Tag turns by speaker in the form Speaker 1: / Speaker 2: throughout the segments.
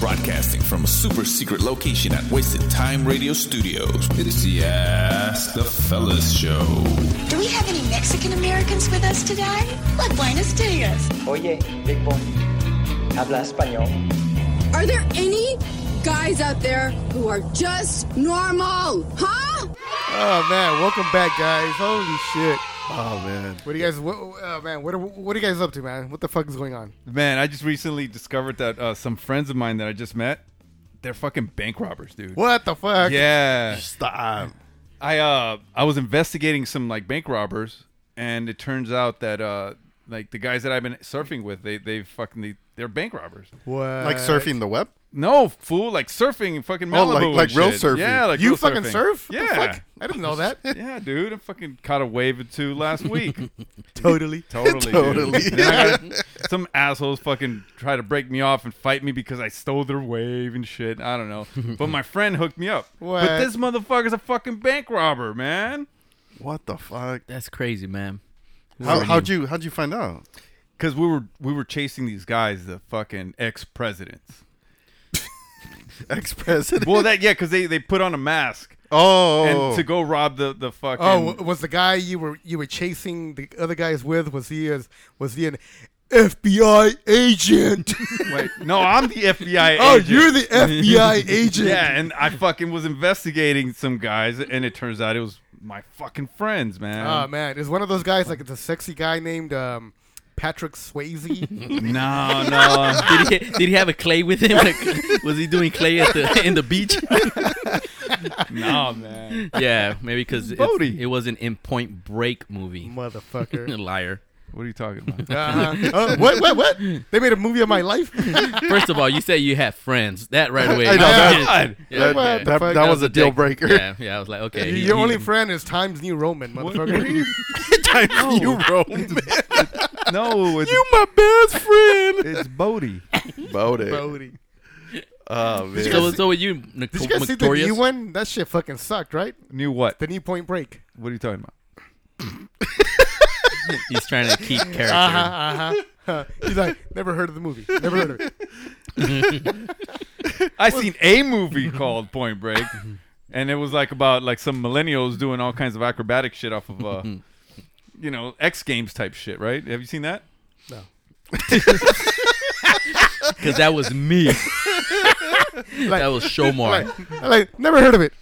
Speaker 1: broadcasting from a super secret location at Wasted Time Radio Studios. It is the Ask the Fellas Show.
Speaker 2: Do we have any Mexican Americans with us today? Like Buenos Dias.
Speaker 3: Oye, Big Boy, habla español.
Speaker 4: Are there any guys out there who are just normal? Huh?
Speaker 5: Oh man, welcome back, guys! Holy shit! Oh man, what do you guys? What, oh man, what are, what are you guys up to, man? What the fuck is going on?
Speaker 6: Man, I just recently discovered that uh, some friends of mine that I just met, they're fucking bank robbers, dude.
Speaker 5: What the fuck?
Speaker 6: Yeah.
Speaker 5: Stop.
Speaker 6: I uh I was investigating some like bank robbers and it turns out that uh like the guys that I've been surfing with, they they fucking they, they're bank robbers.
Speaker 5: What?
Speaker 7: Like surfing the web?
Speaker 6: No, fool, like surfing in fucking Malibu.
Speaker 7: Oh, like-
Speaker 6: and
Speaker 7: like real
Speaker 6: shit.
Speaker 7: surfing.
Speaker 6: Yeah, like
Speaker 5: You
Speaker 6: real
Speaker 5: fucking
Speaker 6: surfing.
Speaker 5: surf? What the
Speaker 6: Yeah.
Speaker 5: fuck? I didn't know that.
Speaker 6: Yeah, dude, I fucking caught a wave or two last week.
Speaker 5: totally.
Speaker 6: Totally. dude.
Speaker 7: Totally.
Speaker 6: And I got- some assholes fucking try to break me off and fight me because I stole their wave and shit. I don't know. But my friend hooked me up.
Speaker 5: What?
Speaker 6: But this motherfucker's a fucking bank robber, man.
Speaker 7: What the fuck?
Speaker 8: That's crazy, man.
Speaker 7: How, how'd you how'd you find out?
Speaker 6: Because we were we were chasing these guys, the fucking ex presidents.
Speaker 7: Ex president.
Speaker 6: Well, that yeah, because they they put on a mask
Speaker 7: Oh,
Speaker 6: and to go rob the the fucking.
Speaker 5: Oh, w- was the guy you were you were chasing the other guys with? Was he as was he an FBI agent?
Speaker 6: wait, no, I'm the FBI.
Speaker 5: oh,
Speaker 6: agent.
Speaker 5: you're the FBI agent.
Speaker 6: Yeah, and I fucking was investigating some guys, and it turns out it was my fucking friends, man.
Speaker 5: Oh man, is one of those guys like it's a sexy guy named um, Patrick Swayze?
Speaker 6: No, no.
Speaker 8: Did he, did he have a clay with him? Like, was he doing clay at the in the beach?
Speaker 6: No, man.
Speaker 8: yeah, maybe because
Speaker 6: Bodhi.
Speaker 8: it was an in Point Break movie.
Speaker 5: Motherfucker.
Speaker 8: Liar.
Speaker 6: What are you talking about?
Speaker 5: Uh-huh. Oh, what? What? What? They made a movie of my life.
Speaker 8: First of all, you say you have friends. That right away.
Speaker 7: I know,
Speaker 8: Yeah.
Speaker 7: that-
Speaker 8: Yeah,
Speaker 7: that,
Speaker 8: yeah.
Speaker 7: that- that
Speaker 5: fuck?
Speaker 7: was a deal
Speaker 8: dick.
Speaker 7: breaker.
Speaker 8: Yeah, yeah. I was like, okay. he-
Speaker 5: Your
Speaker 8: he-
Speaker 5: only friend is Times New Roman, motherfucker.
Speaker 7: you Roman.
Speaker 6: No, it's,
Speaker 7: you my best friend.
Speaker 6: it's Bodie.
Speaker 7: About it.
Speaker 5: Bodie.
Speaker 7: Oh man.
Speaker 8: So, so were you, Nic-
Speaker 5: Did you guys see the
Speaker 8: Notorious?
Speaker 5: new one? That shit fucking sucked, right?
Speaker 6: Knew what?
Speaker 5: The new Point Break.
Speaker 6: What are you talking about?
Speaker 8: He's trying to keep character.
Speaker 5: Uh huh. He's like, never heard of the movie. Never heard of it.
Speaker 6: I seen a movie called Point Break, and it was like about like some millennials doing all kinds of acrobatic shit off of uh, you know, X Games type shit, right? Have you seen that?
Speaker 8: Because that was me. that was Shomar.
Speaker 5: I'm like, never heard of it.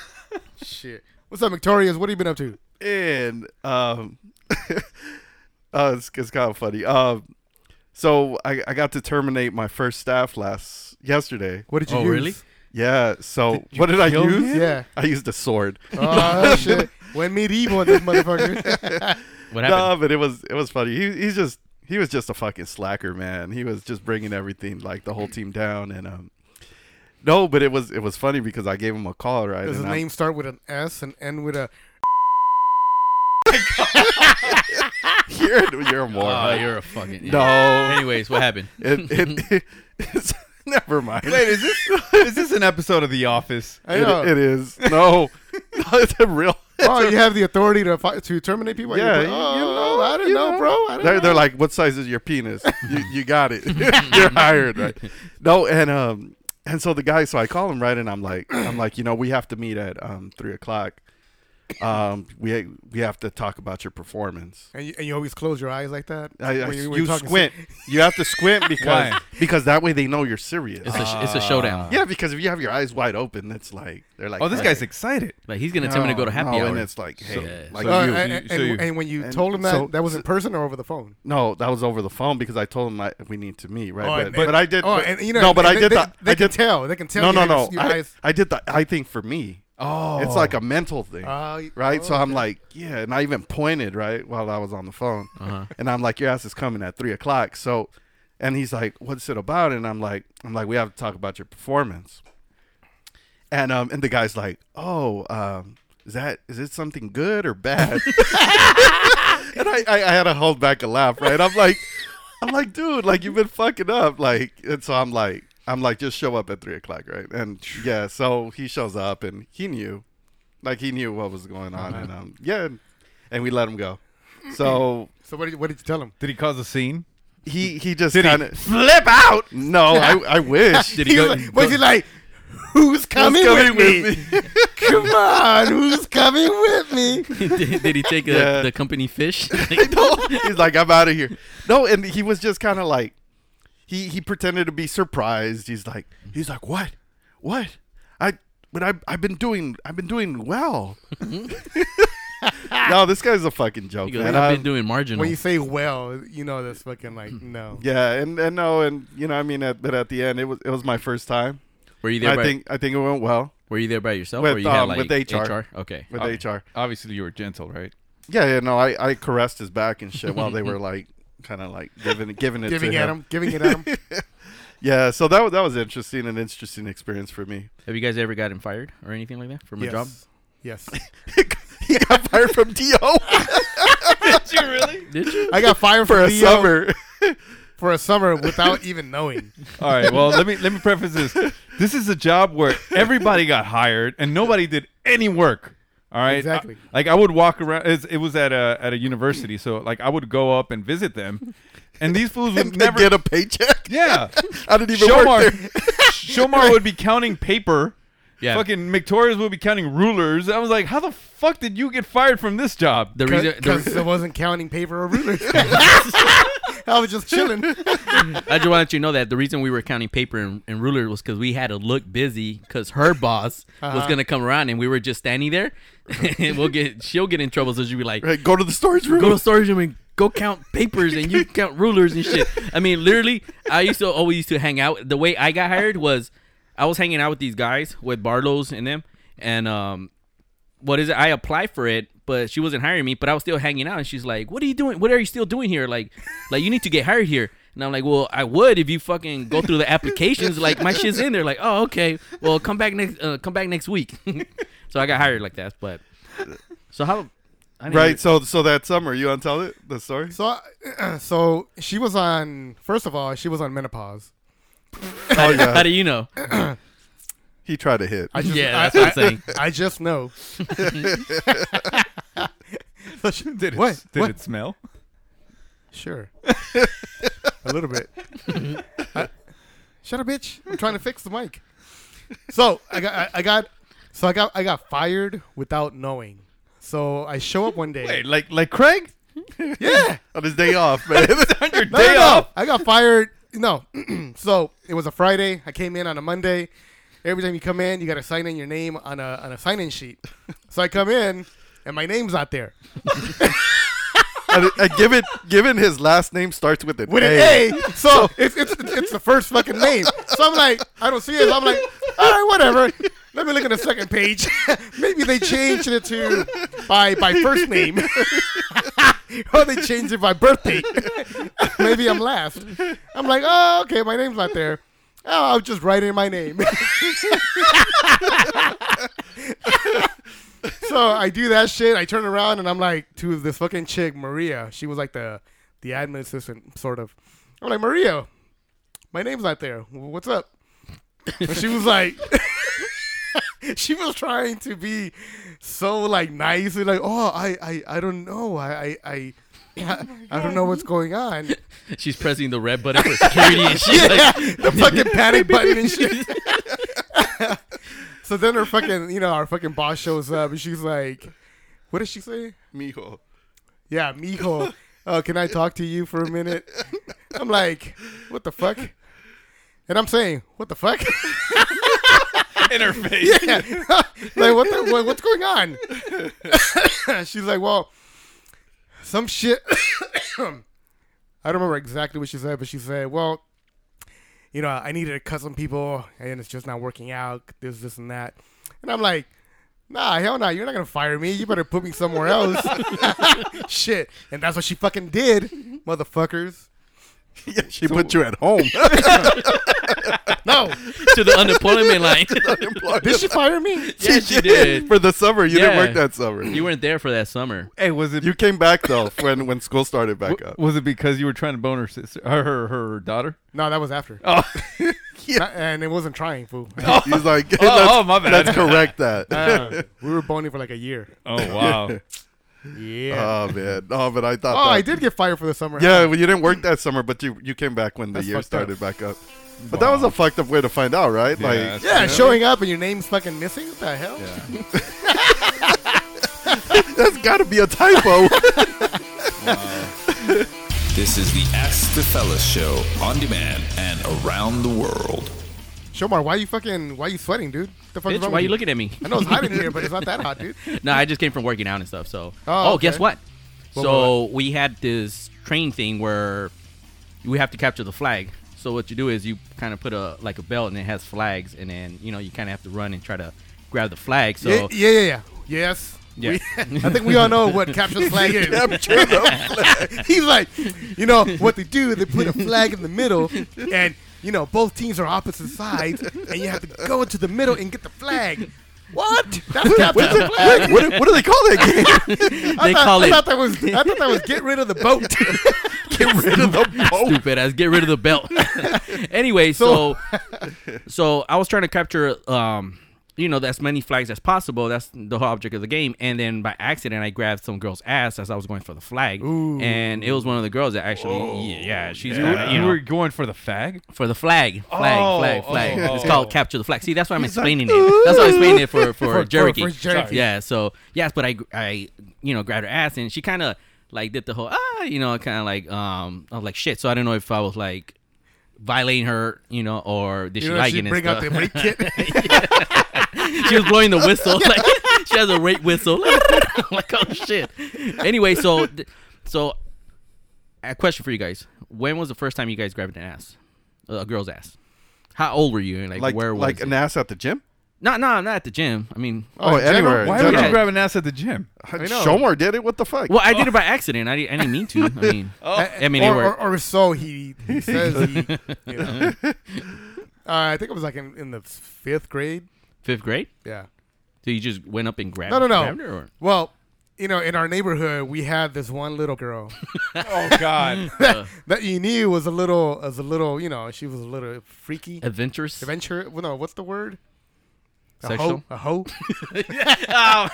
Speaker 5: shit. What's up, Victorias? What have you been up to?
Speaker 7: and um, uh, it's, it's kind of funny. Um, so I, I got to terminate my first staff last yesterday.
Speaker 5: What did you
Speaker 8: Oh,
Speaker 5: use?
Speaker 8: really?
Speaker 7: Yeah. So what did I use?
Speaker 5: Yeah.
Speaker 7: I used a sword.
Speaker 5: Oh shit. Went medieval, this motherfucker.
Speaker 8: Oh. What
Speaker 7: No,
Speaker 8: happened?
Speaker 7: but it was it was funny. He he's just he was just a fucking slacker, man. He was just bringing everything like the whole
Speaker 8: Mm.
Speaker 7: team down and um. No, but it was it was funny because I gave him a call right.
Speaker 5: Does his
Speaker 7: and I'm-
Speaker 5: name start with an S and end with a?
Speaker 7: You're, you're more.
Speaker 8: oh, you're a fucking.
Speaker 7: no,
Speaker 8: Anyways, what happened?
Speaker 7: it, it, it's, never mind.
Speaker 6: is this is this an episode of The Office?
Speaker 5: I know.
Speaker 7: It, it is no, no, it's a real.
Speaker 5: oh, you have the authority to fi- to terminate people. at your
Speaker 7: Yeah,
Speaker 5: pla-
Speaker 7: you-
Speaker 5: oh,
Speaker 7: you know,
Speaker 5: I don't
Speaker 7: you
Speaker 5: know,
Speaker 7: know.
Speaker 5: bro. I don't
Speaker 7: They're,
Speaker 5: know.
Speaker 7: they're like, what size is your penis? you, you got it. You're hired, right? No, and um, and so the guy, so I call him right, and I'm like, I'm like, you know, we have to meet at um three o'clock. Um, we we have to talk about your performance.
Speaker 5: and you, and you always close your eyes like that.
Speaker 7: I, I-
Speaker 5: When when
Speaker 7: you
Speaker 5: talking
Speaker 7: squint. you have to squint because
Speaker 6: Why?
Speaker 7: because that way they know you're serious.
Speaker 8: It's a, sh
Speaker 5: uh,
Speaker 8: it's a showdown.
Speaker 7: yeah, because if you have your eyes wide open, it's like they're like,
Speaker 6: Oh, this guy's excited.
Speaker 8: Like he's gonna tell me to go to happy
Speaker 7: no,
Speaker 8: hour.
Speaker 7: and it's like, hey,
Speaker 8: Yeah.
Speaker 7: like
Speaker 5: So- Uh,
Speaker 7: you.
Speaker 5: and,
Speaker 6: you-
Speaker 5: and,
Speaker 6: so you-
Speaker 5: and when you
Speaker 7: and
Speaker 5: told him that,
Speaker 7: so-
Speaker 5: that was in person or over the phone?
Speaker 7: No, that was over the phone because I told him I, we need to meet, right?
Speaker 5: Oh,
Speaker 7: but,
Speaker 5: and-
Speaker 7: but I did.
Speaker 5: oh,
Speaker 7: but-
Speaker 5: and, you know,
Speaker 7: no, but
Speaker 5: they-
Speaker 7: I did
Speaker 5: they-
Speaker 7: the.
Speaker 5: they
Speaker 7: I
Speaker 5: can
Speaker 7: did
Speaker 5: tell. They can tell
Speaker 7: No,
Speaker 5: you
Speaker 7: no,
Speaker 5: had
Speaker 7: no.
Speaker 5: your
Speaker 7: I,
Speaker 5: eyes-
Speaker 7: I did the. I think for me,
Speaker 6: Oh,
Speaker 7: it's like a mental thing,
Speaker 5: Uh,
Speaker 7: right?
Speaker 5: oh,
Speaker 7: so I'm
Speaker 5: okay.
Speaker 7: like, yeah, and I even pointed right while I was on the phone,
Speaker 5: Uh-huh.
Speaker 7: and I'm like, your ass is coming at three o'clock. So, and he's like, what's it about? And I'm like, I'm like, we have to talk about your performance. And um, and the guy's like, oh, um, is that is it something good or bad? and I, I, I had to hold back a laugh, right? I'm like, I'm like, dude, like you've been fucking up, like, and so I'm like, I'm like, just show up at three o'clock, right? And yeah, so he shows up, and he knew, like, he knew what was going on, and um, yeah, and we let him go. So
Speaker 5: So what did, what did you tell him?
Speaker 6: did he cause a scene?
Speaker 7: he he just
Speaker 6: Did he
Speaker 7: kind of flip out. No, I I wish.
Speaker 8: Did he
Speaker 5: He
Speaker 8: go?
Speaker 5: was, was he like, who's coming,
Speaker 7: coming
Speaker 5: with,
Speaker 7: with
Speaker 5: me? Come on, who's coming with me?
Speaker 8: did, did he take uh
Speaker 7: Yeah.
Speaker 8: the company fish?
Speaker 7: He's like, I'm out of here. No, and he was just kind of like, he he pretended to be surprised. He's like, he's like, what, what? I but I I've been doing I've been doing well.
Speaker 8: Mm-hmm.
Speaker 7: no, this guy's a fucking joke,
Speaker 8: He goes,
Speaker 7: man. Um,
Speaker 8: I've
Speaker 7: I'm-
Speaker 8: been doing marginal.
Speaker 5: When you say well, you know that's fucking like no.
Speaker 7: yeah, and and no, and you know, I mean, at, but at the end, it was it was my first time.
Speaker 8: were you there?
Speaker 7: I
Speaker 8: by,
Speaker 7: think I think it went well
Speaker 8: were you there by yourself? or
Speaker 7: with,
Speaker 8: you had,
Speaker 7: um,
Speaker 8: like,
Speaker 7: with HR.
Speaker 8: Okay.
Speaker 7: with
Speaker 6: Okay.
Speaker 7: HR.
Speaker 6: Obviously, you were gentle, right?
Speaker 7: Yeah, yeah, no, I, I caressed his back and shit while they were like kind of like giving giving it
Speaker 5: Giving
Speaker 7: to
Speaker 5: at
Speaker 7: him.
Speaker 5: him, giving it at him.
Speaker 7: Yeah, so that wa- that was interesting, an interesting experience for me.
Speaker 8: Have you guys ever gotten fired or anything like that from a
Speaker 5: yes.
Speaker 8: job?
Speaker 5: Yes.
Speaker 7: he got fired from Do
Speaker 8: Did you?
Speaker 5: I got fired
Speaker 7: for a
Speaker 5: DO
Speaker 7: summer.
Speaker 5: for a summer without even knowing.
Speaker 6: All right. Well, let me let me preface this. This is a job where everybody got hired and nobody did any work. All right.
Speaker 5: Exactly.
Speaker 6: I- like I would walk around. It's, it was at a at a university, so like I would go up and visit them, and these fools would
Speaker 7: and
Speaker 6: never
Speaker 7: get a paycheck.
Speaker 6: Yeah.
Speaker 7: I didn't even work
Speaker 6: Shomar,
Speaker 7: there.
Speaker 6: Shomar would be counting paper.
Speaker 8: Yeah.
Speaker 6: Fucking Victoria's would be counting rulers. I was like, how the fuck did you get fired from this job?
Speaker 8: The reason, the
Speaker 5: Because I wasn't counting paper or rulers. I was just chilling.
Speaker 8: I just wanted you to know that the reason we were counting paper and, and ruler was because we had to look busy because her boss was
Speaker 7: Uh-huh.
Speaker 8: gonna come around and we were just standing there. and we'll get she'll get in trouble so she'll be like,
Speaker 7: Right, go to the storage room.
Speaker 8: go to storage room and go count papers and you count rulers and shit. I mean, literally, I used to always used to hang out. The way I got hired was I was hanging out with these guys with Barlow's and them, and um, what is it? I applied for it, but she wasn't hiring me. But I was still hanging out, and she's like, "What are you doing? What are you still doing here? Like, like you need to get hired here." And I'm like, "Well, I would if you fucking go through the applications. Like, my shit's in there. Like, oh, okay. Well, come back next, uh, come back next week." so I got hired like that, but so how? I didn't
Speaker 7: right, so so that summer, you want to tell it the story?
Speaker 5: So, I, so she was on. First of all, she was on menopause.
Speaker 7: Oh
Speaker 8: even- How
Speaker 7: yeah,
Speaker 8: do you know?
Speaker 7: he tried to hit.
Speaker 5: I just,
Speaker 8: Yeah,
Speaker 5: I-
Speaker 8: that's what I'm
Speaker 5: I-
Speaker 8: saying.
Speaker 5: I just know. So she-
Speaker 6: Did it,
Speaker 5: what?
Speaker 6: Did
Speaker 5: What?
Speaker 6: it smell?
Speaker 5: Sure. a little bit. I- shut up, bitch! I'm trying to fix the mic. So I got, I, I got, so I got, I got fired without knowing. So I show up one day.
Speaker 6: Wait, like like Craig?
Speaker 5: yeah.
Speaker 7: On his day off, man.
Speaker 6: On your
Speaker 5: No,
Speaker 6: day
Speaker 5: no, no.
Speaker 6: off.
Speaker 5: I got fired. No. so it was a Friday. I came in on a Monday. Every time you come in, you got to sign in your name on a, on a sign in sheet. So I come in, and my name's not there.
Speaker 7: and, and given given his last name starts with an
Speaker 5: With
Speaker 7: A.
Speaker 5: an A. So it's, it's, it's the first fucking name. So I'm like, I don't see it. So I'm like, all right, whatever. Let me look at the second page. Maybe they changed it to by by first name. or they changed it by birthday. Maybe I'm last. I'm like, oh, okay, my name's not there. Oh, I'll just write in my name. so I do that shit. I turn around and I'm like to this fucking chick, Maria. She was like the the admin assistant, sort of. I'm like, Maria, my name's not there. W- What's up? And she was like, she was trying to be so like nice and like, oh, I I, I don't know, I I. I I don't know what's going on.
Speaker 8: She's pressing the red button for security and shit.
Speaker 5: Yeah,
Speaker 8: Like,
Speaker 5: the fucking panic button and shit. So then her fucking, you know, our fucking boss shows up and she's like, "What did she say?
Speaker 7: Mijo.
Speaker 5: Yeah, mijo, uh, can I talk to you for a minute? I'm like, what the fuck? And I'm saying, what the fuck?
Speaker 6: In her face.
Speaker 5: like, what the, what, what's going on? She's like, well, some shit. I don't remember exactly what she said, but she said, well, you know, I needed to cut some people, and it's just not working out. This, this, and that. And I'm like, nah, hell no, you're not gonna fire me. You better put me somewhere else. shit, and that's what she fucking did, motherfuckers.
Speaker 7: Yeah, she put you at home.
Speaker 5: No,
Speaker 8: to the unemployment line.
Speaker 5: did she fire me?
Speaker 8: yeah, she did.
Speaker 7: for the summer. You didn't
Speaker 8: Yeah.
Speaker 7: work that summer.
Speaker 8: You weren't there for that summer.
Speaker 6: Hey, was it
Speaker 7: You came back though when when school started back up.
Speaker 6: was it because you were trying to bone her sister, her her, her daughter?
Speaker 5: No, that was after.
Speaker 6: Oh,
Speaker 5: Not- and it wasn't trying, fool.
Speaker 7: He's like,
Speaker 6: oh,
Speaker 7: let's,
Speaker 6: my bad.
Speaker 5: Uh,
Speaker 7: let's correct that.
Speaker 5: we were boning for like a year.
Speaker 6: oh wow.
Speaker 5: Yeah.
Speaker 7: Oh man. Oh, but I thought.
Speaker 5: oh,
Speaker 7: that-
Speaker 5: I did get fired for the summer.
Speaker 7: Yeah, well, you didn't work that summer, but you you came back when the
Speaker 5: That's
Speaker 7: year
Speaker 5: fucked up.
Speaker 7: started back up. But that was a fucked up way to find out, right?
Speaker 6: that's-
Speaker 7: Like,
Speaker 5: Yeah, showing up and your name's fucking missing. What the hell?
Speaker 7: that's got to be a typo.
Speaker 1: This is the Ask the Fellas show on demand and around the world.
Speaker 5: Shomar, why you fucking why you sweating, dude? What the fuck is
Speaker 8: Bitch,
Speaker 5: wrong
Speaker 8: why
Speaker 5: with
Speaker 8: you looking at me?
Speaker 5: I know it's hot in here, but it's not that hot, dude.
Speaker 8: no, I just came from working out and stuff. So,
Speaker 5: Oh,
Speaker 8: oh,
Speaker 5: okay.
Speaker 8: guess what?
Speaker 5: What,
Speaker 8: so we had this train thing where we have to capture the flag. So what you do is you kind of put a like a belt and it has flags, and then you know you kind of have to run and try to grab the flag. So
Speaker 5: yeah, yeah, yeah, yeah. Yes.
Speaker 8: Yeah.
Speaker 5: We- I think we all know what capture the flag is.
Speaker 7: Capture the flag.
Speaker 5: He's like, you know, what they do, they put a flag in the middle, and, you know, both teams are opposite sides, and you have to go into the middle and get the flag. What? That's capture
Speaker 7: What's
Speaker 5: the
Speaker 7: it-
Speaker 5: flag.
Speaker 7: what, what, do they call that game?
Speaker 8: they
Speaker 5: I,
Speaker 8: call
Speaker 5: I
Speaker 8: it
Speaker 5: thought that was I thought that was get rid of the boat.
Speaker 7: Get rid of the boat.
Speaker 8: stupid ass. Get rid of the belt. anyway, Oh. so so I was trying to capture um you know as many flags as possible. That's the whole object of the game. And then by accident, I grabbed some girl's ass as I was going for the flag, and it was one of the girls that actually yeah, yeah she's
Speaker 6: You,
Speaker 8: kinda, you
Speaker 6: you
Speaker 8: know,
Speaker 6: were going for the fag?
Speaker 8: for the flag flag
Speaker 6: Oh,
Speaker 8: flag
Speaker 6: oh,
Speaker 8: flag.
Speaker 6: oh.
Speaker 8: It's called capture the flag. See, that's why I'm explaining it. That's why I'm explaining it for for,
Speaker 5: For-
Speaker 8: Cherokee.
Speaker 5: for- for Cherokee.
Speaker 8: Yeah. So yes, but I I you know grabbed her ass and she kind of like did the whole ah you know kind of like um I was like shit. So I don't know if I was like violating her you know or did
Speaker 5: You
Speaker 8: she
Speaker 5: know,
Speaker 8: like
Speaker 5: she
Speaker 8: it and
Speaker 5: bring out
Speaker 8: stuff.
Speaker 5: the rape kit.
Speaker 8: she was blowing the whistle. Like, she has a rape whistle. I'm like oh shit. Anyway, so th- so a question for you guys: When was the first time you guys grabbed an ass, a girl's ass? How old were you? And like,
Speaker 7: Like,
Speaker 8: where was
Speaker 7: like
Speaker 8: it?
Speaker 7: an ass at the gym?
Speaker 8: No, no, not at the gym. I mean,
Speaker 7: Oh,
Speaker 5: in general?
Speaker 7: anywhere. in
Speaker 6: Why would
Speaker 7: general.
Speaker 6: you grab an ass at the gym?
Speaker 5: know.
Speaker 7: Shomar did it. What the fuck?
Speaker 8: well, I did it by accident. I, di- I didn't mean to. I mean, I mean, it
Speaker 5: Oh. or, or,
Speaker 8: worked.
Speaker 5: or if so he, he says he, you know. uh, I think it was like in, in the fifth grade.
Speaker 8: fifth grade.
Speaker 5: Yeah.
Speaker 8: So you just went up and grabbed?
Speaker 5: No, no,
Speaker 8: grabbed her,
Speaker 5: no.
Speaker 8: or-
Speaker 5: Well, you know, in our neighborhood, we had this one little girl
Speaker 6: Oh, God.
Speaker 5: that you knew was a little, as a little, you know, she was a little freaky.
Speaker 8: Adventurous.
Speaker 5: Adventure? Well, no, what's the word? A
Speaker 8: Sexual?
Speaker 5: hoe? A hoe?
Speaker 8: Oh, I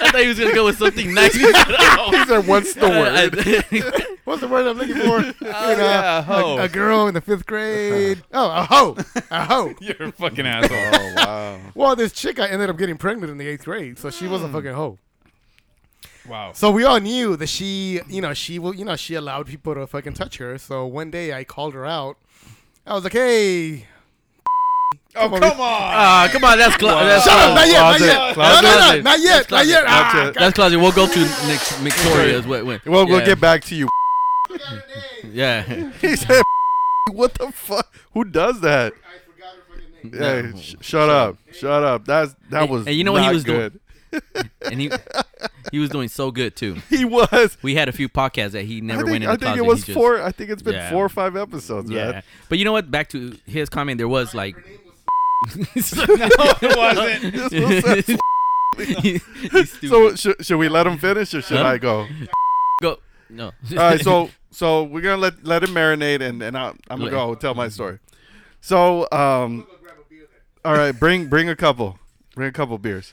Speaker 8: thought he was gonna go with something nice.
Speaker 7: He said, what's the word?
Speaker 5: What's the word I'm looking for? you
Speaker 8: Oh,
Speaker 5: know,
Speaker 6: yeah, a
Speaker 5: a-
Speaker 6: hoe.
Speaker 5: A, girl in the fifth grade. oh, a hoe. A hoe.
Speaker 6: You're a fucking asshole.
Speaker 7: oh, wow.
Speaker 5: Well, this chick I ended up getting pregnant in the eighth grade, so she was a fucking hoe.
Speaker 6: Wow.
Speaker 5: So we all knew that she, you know, she will, you know, she allowed people to fucking touch her. So one day I called her out. I was like, hey,
Speaker 6: Oh,
Speaker 5: come on,
Speaker 6: come on.
Speaker 8: Ah, come on, that's cla- that's
Speaker 5: Shut up! Not yet! Not
Speaker 7: Closet,
Speaker 5: yet! No, no,
Speaker 7: closet.
Speaker 5: no! Not yet!
Speaker 8: That's
Speaker 5: Not yet!
Speaker 8: closet.
Speaker 5: Ah,
Speaker 7: That's
Speaker 8: that's closet. We'll go to next Victoria's. What? what
Speaker 7: Well,
Speaker 8: yeah,
Speaker 7: we'll get back to you.
Speaker 8: Yeah.
Speaker 7: He said, "What the fuck? Who does that?" Hey, sh- shut up! Shut up! That's that
Speaker 8: And-
Speaker 7: was.
Speaker 8: and you know what he
Speaker 7: not
Speaker 8: was doing?
Speaker 7: good.
Speaker 8: And he he was doing so good too.
Speaker 7: He was.
Speaker 8: We had a few podcasts that he
Speaker 7: I
Speaker 8: never
Speaker 7: think,
Speaker 8: went in the
Speaker 7: I think
Speaker 8: closet.
Speaker 7: it
Speaker 8: He
Speaker 7: was
Speaker 8: just-
Speaker 7: four. I think it's been
Speaker 8: Yeah.
Speaker 7: four or five episodes. Yeah.
Speaker 8: Yeah. But you know what? Back to his comment, there was like.
Speaker 6: It wasn't.
Speaker 7: So sh- should we let him finish or should
Speaker 8: Huh?
Speaker 7: I go?
Speaker 8: go. No.
Speaker 7: All right. So so we're gonna let let it marinate and and I, I'm gonna go tell my story. So um, all right, bring bring a couple, bring a couple beers.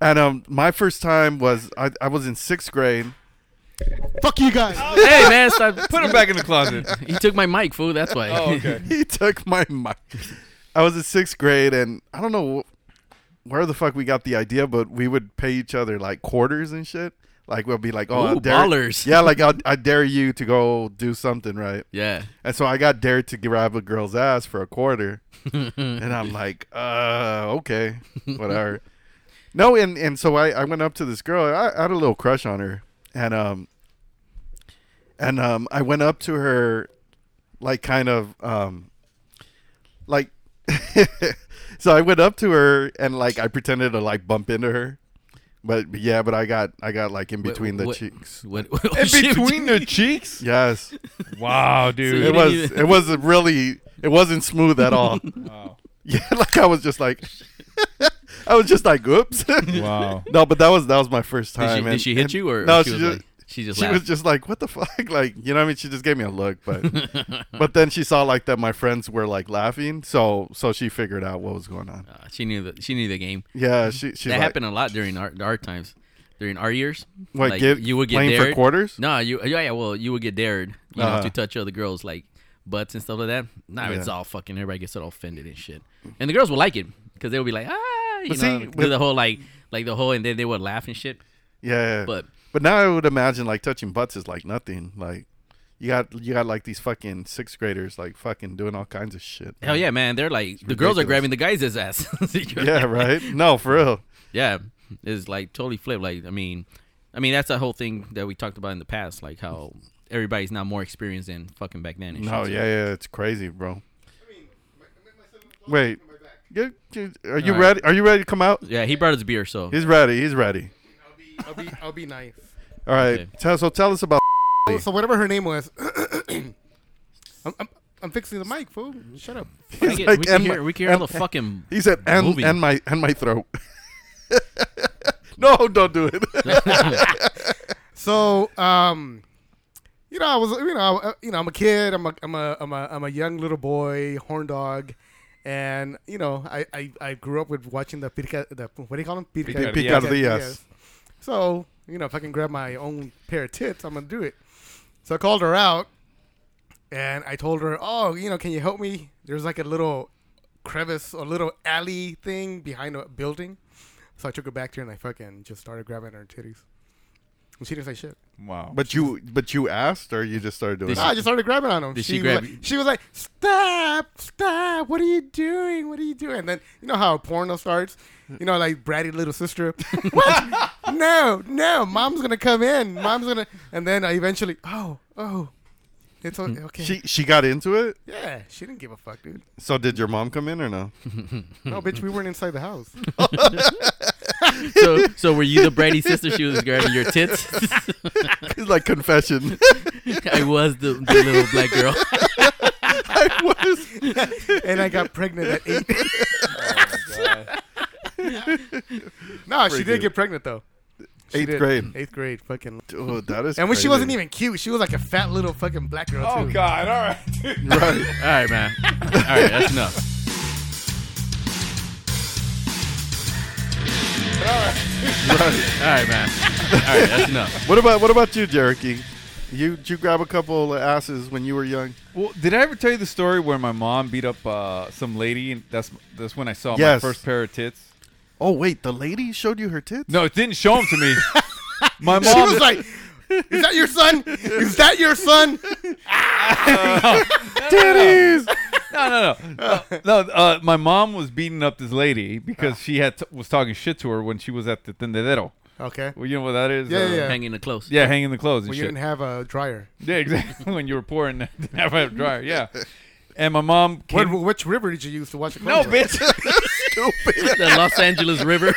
Speaker 7: And um, my first time was I, I was in sixth grade.
Speaker 5: Fuck you guys!
Speaker 8: hey man, stop.
Speaker 6: Put him back in the closet.
Speaker 8: He took my mic, fool. That's why.
Speaker 6: Oh, okay.
Speaker 7: he took my mic. I was in sixth grade, and I don't know wh- where the fuck we got the idea, but we would pay each other like quarters and shit. Like we'll be like, oh, I
Speaker 8: Ooh,
Speaker 7: dare,
Speaker 8: ballers.
Speaker 7: yeah, like I, I dare you to go do something, right?
Speaker 8: yeah.
Speaker 7: And so I got dared to grab a girl's ass for a quarter, and I'm like, uh, okay, whatever. no, and and so I, I went up to this girl. I, I had a little crush on her, and um, and um, I went up to her, like kind of um, like, so I went up to her and like I pretended to like bump into her, but, but yeah, but I got I got like in between the
Speaker 8: what-
Speaker 7: cheeks.
Speaker 8: What, what,
Speaker 6: In
Speaker 8: shit would
Speaker 6: between
Speaker 8: you-
Speaker 6: the cheeks?
Speaker 7: Yes.
Speaker 6: Wow,
Speaker 8: See?
Speaker 6: dude.
Speaker 7: it
Speaker 8: didn't
Speaker 7: was
Speaker 8: even-
Speaker 7: it wasn't really it wasn't smooth at all. Yeah, like I was just like I was just like oops.
Speaker 6: Wow.
Speaker 7: No, but that was that was my first time.
Speaker 8: Did she,
Speaker 7: and-
Speaker 8: did she hit
Speaker 7: and-
Speaker 8: you or
Speaker 7: no?
Speaker 8: she,
Speaker 7: She,
Speaker 8: was
Speaker 7: just,
Speaker 8: like, she just
Speaker 7: she was
Speaker 8: laughed.
Speaker 7: just like, "What the fuck?" Like, you know, what I mean, she just gave me a look, but but then she saw like that my friends were like laughing, so so she figured out what was going on.
Speaker 8: Uh, she knew the she knew the game.
Speaker 7: Yeah, she she
Speaker 8: that
Speaker 7: like,
Speaker 8: happened a lot during our, our times. during our years.
Speaker 7: What,
Speaker 8: like,
Speaker 7: give-
Speaker 8: you would get
Speaker 7: playing for
Speaker 8: dared.
Speaker 7: quarters?
Speaker 8: No, you yeah, yeah well you would get dared. You know
Speaker 7: Uh-huh.
Speaker 8: to touch other girls like butts and stuff like that. Now it's
Speaker 7: Yeah.
Speaker 8: all fucking everybody gets all offended and shit. And the girls will like it because they will be like ah you
Speaker 7: But
Speaker 8: know
Speaker 7: see,
Speaker 8: do
Speaker 7: with-
Speaker 8: the whole like like the whole and then they would laugh and shit.
Speaker 7: Yeah.
Speaker 8: But-
Speaker 7: but now I would imagine like touching butts is like nothing. Like you got you got like these fucking sixth graders like fucking doing all kinds of shit.
Speaker 8: Hell yeah, man! They're like the girls are
Speaker 7: ridiculous.
Speaker 8: grabbing the guys' ass.
Speaker 7: Yeah, right? No, for real.
Speaker 8: yeah it's like totally flipped like i mean i mean that's the whole thing that we talked about in the past like how everybody's now more experienced than fucking back then and
Speaker 7: No,
Speaker 8: shit.
Speaker 7: yeah, yeah, it's crazy, bro. Wait. Yeah, yeah, Are you
Speaker 8: All right.
Speaker 7: ready? Are you ready to come out?
Speaker 8: yeah he brought his beer so
Speaker 7: He's ready. He's ready.
Speaker 5: Ah. I'll be I'll be nice.
Speaker 7: All right.
Speaker 8: Okay.
Speaker 7: Tell, so tell us about
Speaker 5: Oh, so whatever her name was, I'm, I'm I'm fixing the mic, fool. Shut up.
Speaker 8: we, can,
Speaker 7: like,
Speaker 8: we, can
Speaker 7: and my-
Speaker 8: hear, we can hear
Speaker 7: and-
Speaker 8: all the fucking
Speaker 7: He said, and,
Speaker 8: Movie.
Speaker 7: and my and my throat. no, don't do it.
Speaker 5: So, um, you know, I was, you know, I, you know, I'm a kid. I'm a, I'm a, I'm a, I'm a young little boy, horn dog, and you know, I, I, I grew up with watching the pirca, the what do you call them? Pirca-
Speaker 6: Picardías.
Speaker 7: Picardías.
Speaker 5: So, you know, if I can grab my own pair of tits, I'm gonna do it. So I called her out, and I told her, oh, you know, can you help me? There's like a little crevice, a little alley thing behind a building. So I took her back there and I fucking just started grabbing her titties. And she didn't say shit.
Speaker 6: Wow.
Speaker 7: but you but you asked, or you just started doing
Speaker 8: Did
Speaker 7: it?
Speaker 5: No, I just started grabbing on him.
Speaker 8: Did
Speaker 5: she,
Speaker 8: she
Speaker 5: was
Speaker 8: grab
Speaker 5: like,
Speaker 8: you?
Speaker 5: she was like, "Stop! Stop! What are you doing? What are you doing?" And then you know how a porno starts. You know, like bratty little sister. what? No, no. Mom's gonna come in. Mom's gonna. And then I eventually, oh, oh, it's o- okay.
Speaker 7: she she got into it.
Speaker 5: yeah, she didn't give a fuck, dude.
Speaker 7: So did your mom come in or no?
Speaker 5: No, bitch, we weren't inside the house.
Speaker 8: so so were you the brady sister she was grabbing your tits
Speaker 7: It's like confession.
Speaker 8: i was the, the little black girl
Speaker 7: I was.
Speaker 5: and I got pregnant at eight. no, she did
Speaker 7: Freaking-
Speaker 5: get pregnant though. She
Speaker 7: Eighth
Speaker 5: did.
Speaker 7: grade.
Speaker 5: Eighth grade, fucking.
Speaker 7: Dude, that is.
Speaker 5: And when she
Speaker 7: crazy.
Speaker 5: wasn't even cute, she was like a fat little fucking black girl too.
Speaker 6: oh God! All right.
Speaker 7: right.
Speaker 8: all right man all right that's enough
Speaker 7: Right.
Speaker 8: all right man all right that's enough
Speaker 7: What about what about you, Jericho? You did you grab a couple of asses when you were young?
Speaker 6: Well, did I ever tell you the story where my mom beat up uh, some lady? And that's that's when I saw
Speaker 7: Yes.
Speaker 6: my first pair of tits.
Speaker 7: Oh wait, the lady showed you her tits.
Speaker 6: No, it didn't show them to me. my mom.
Speaker 5: She was like, "Is that your son? Is that your son?"
Speaker 7: titties.
Speaker 6: no, no, no, no. no, uh, my mom was beating up this lady because she had t- was talking shit to her when she was at the tendedero.
Speaker 5: Okay.
Speaker 6: Well, you know what that is?
Speaker 5: Yeah,
Speaker 6: Uh,
Speaker 5: yeah, yeah.
Speaker 8: hanging the clothes
Speaker 6: yeah, hanging the clothes and
Speaker 5: Well, you
Speaker 6: shit.
Speaker 5: didn't have a dryer.
Speaker 6: yeah, exactly. when you were poor and didn't have a dryer. Yeah. And my mom.
Speaker 5: What,
Speaker 6: Came-
Speaker 5: which river did you use to wash your
Speaker 6: no,
Speaker 5: clothes? with?
Speaker 6: bitch.
Speaker 8: the los angeles river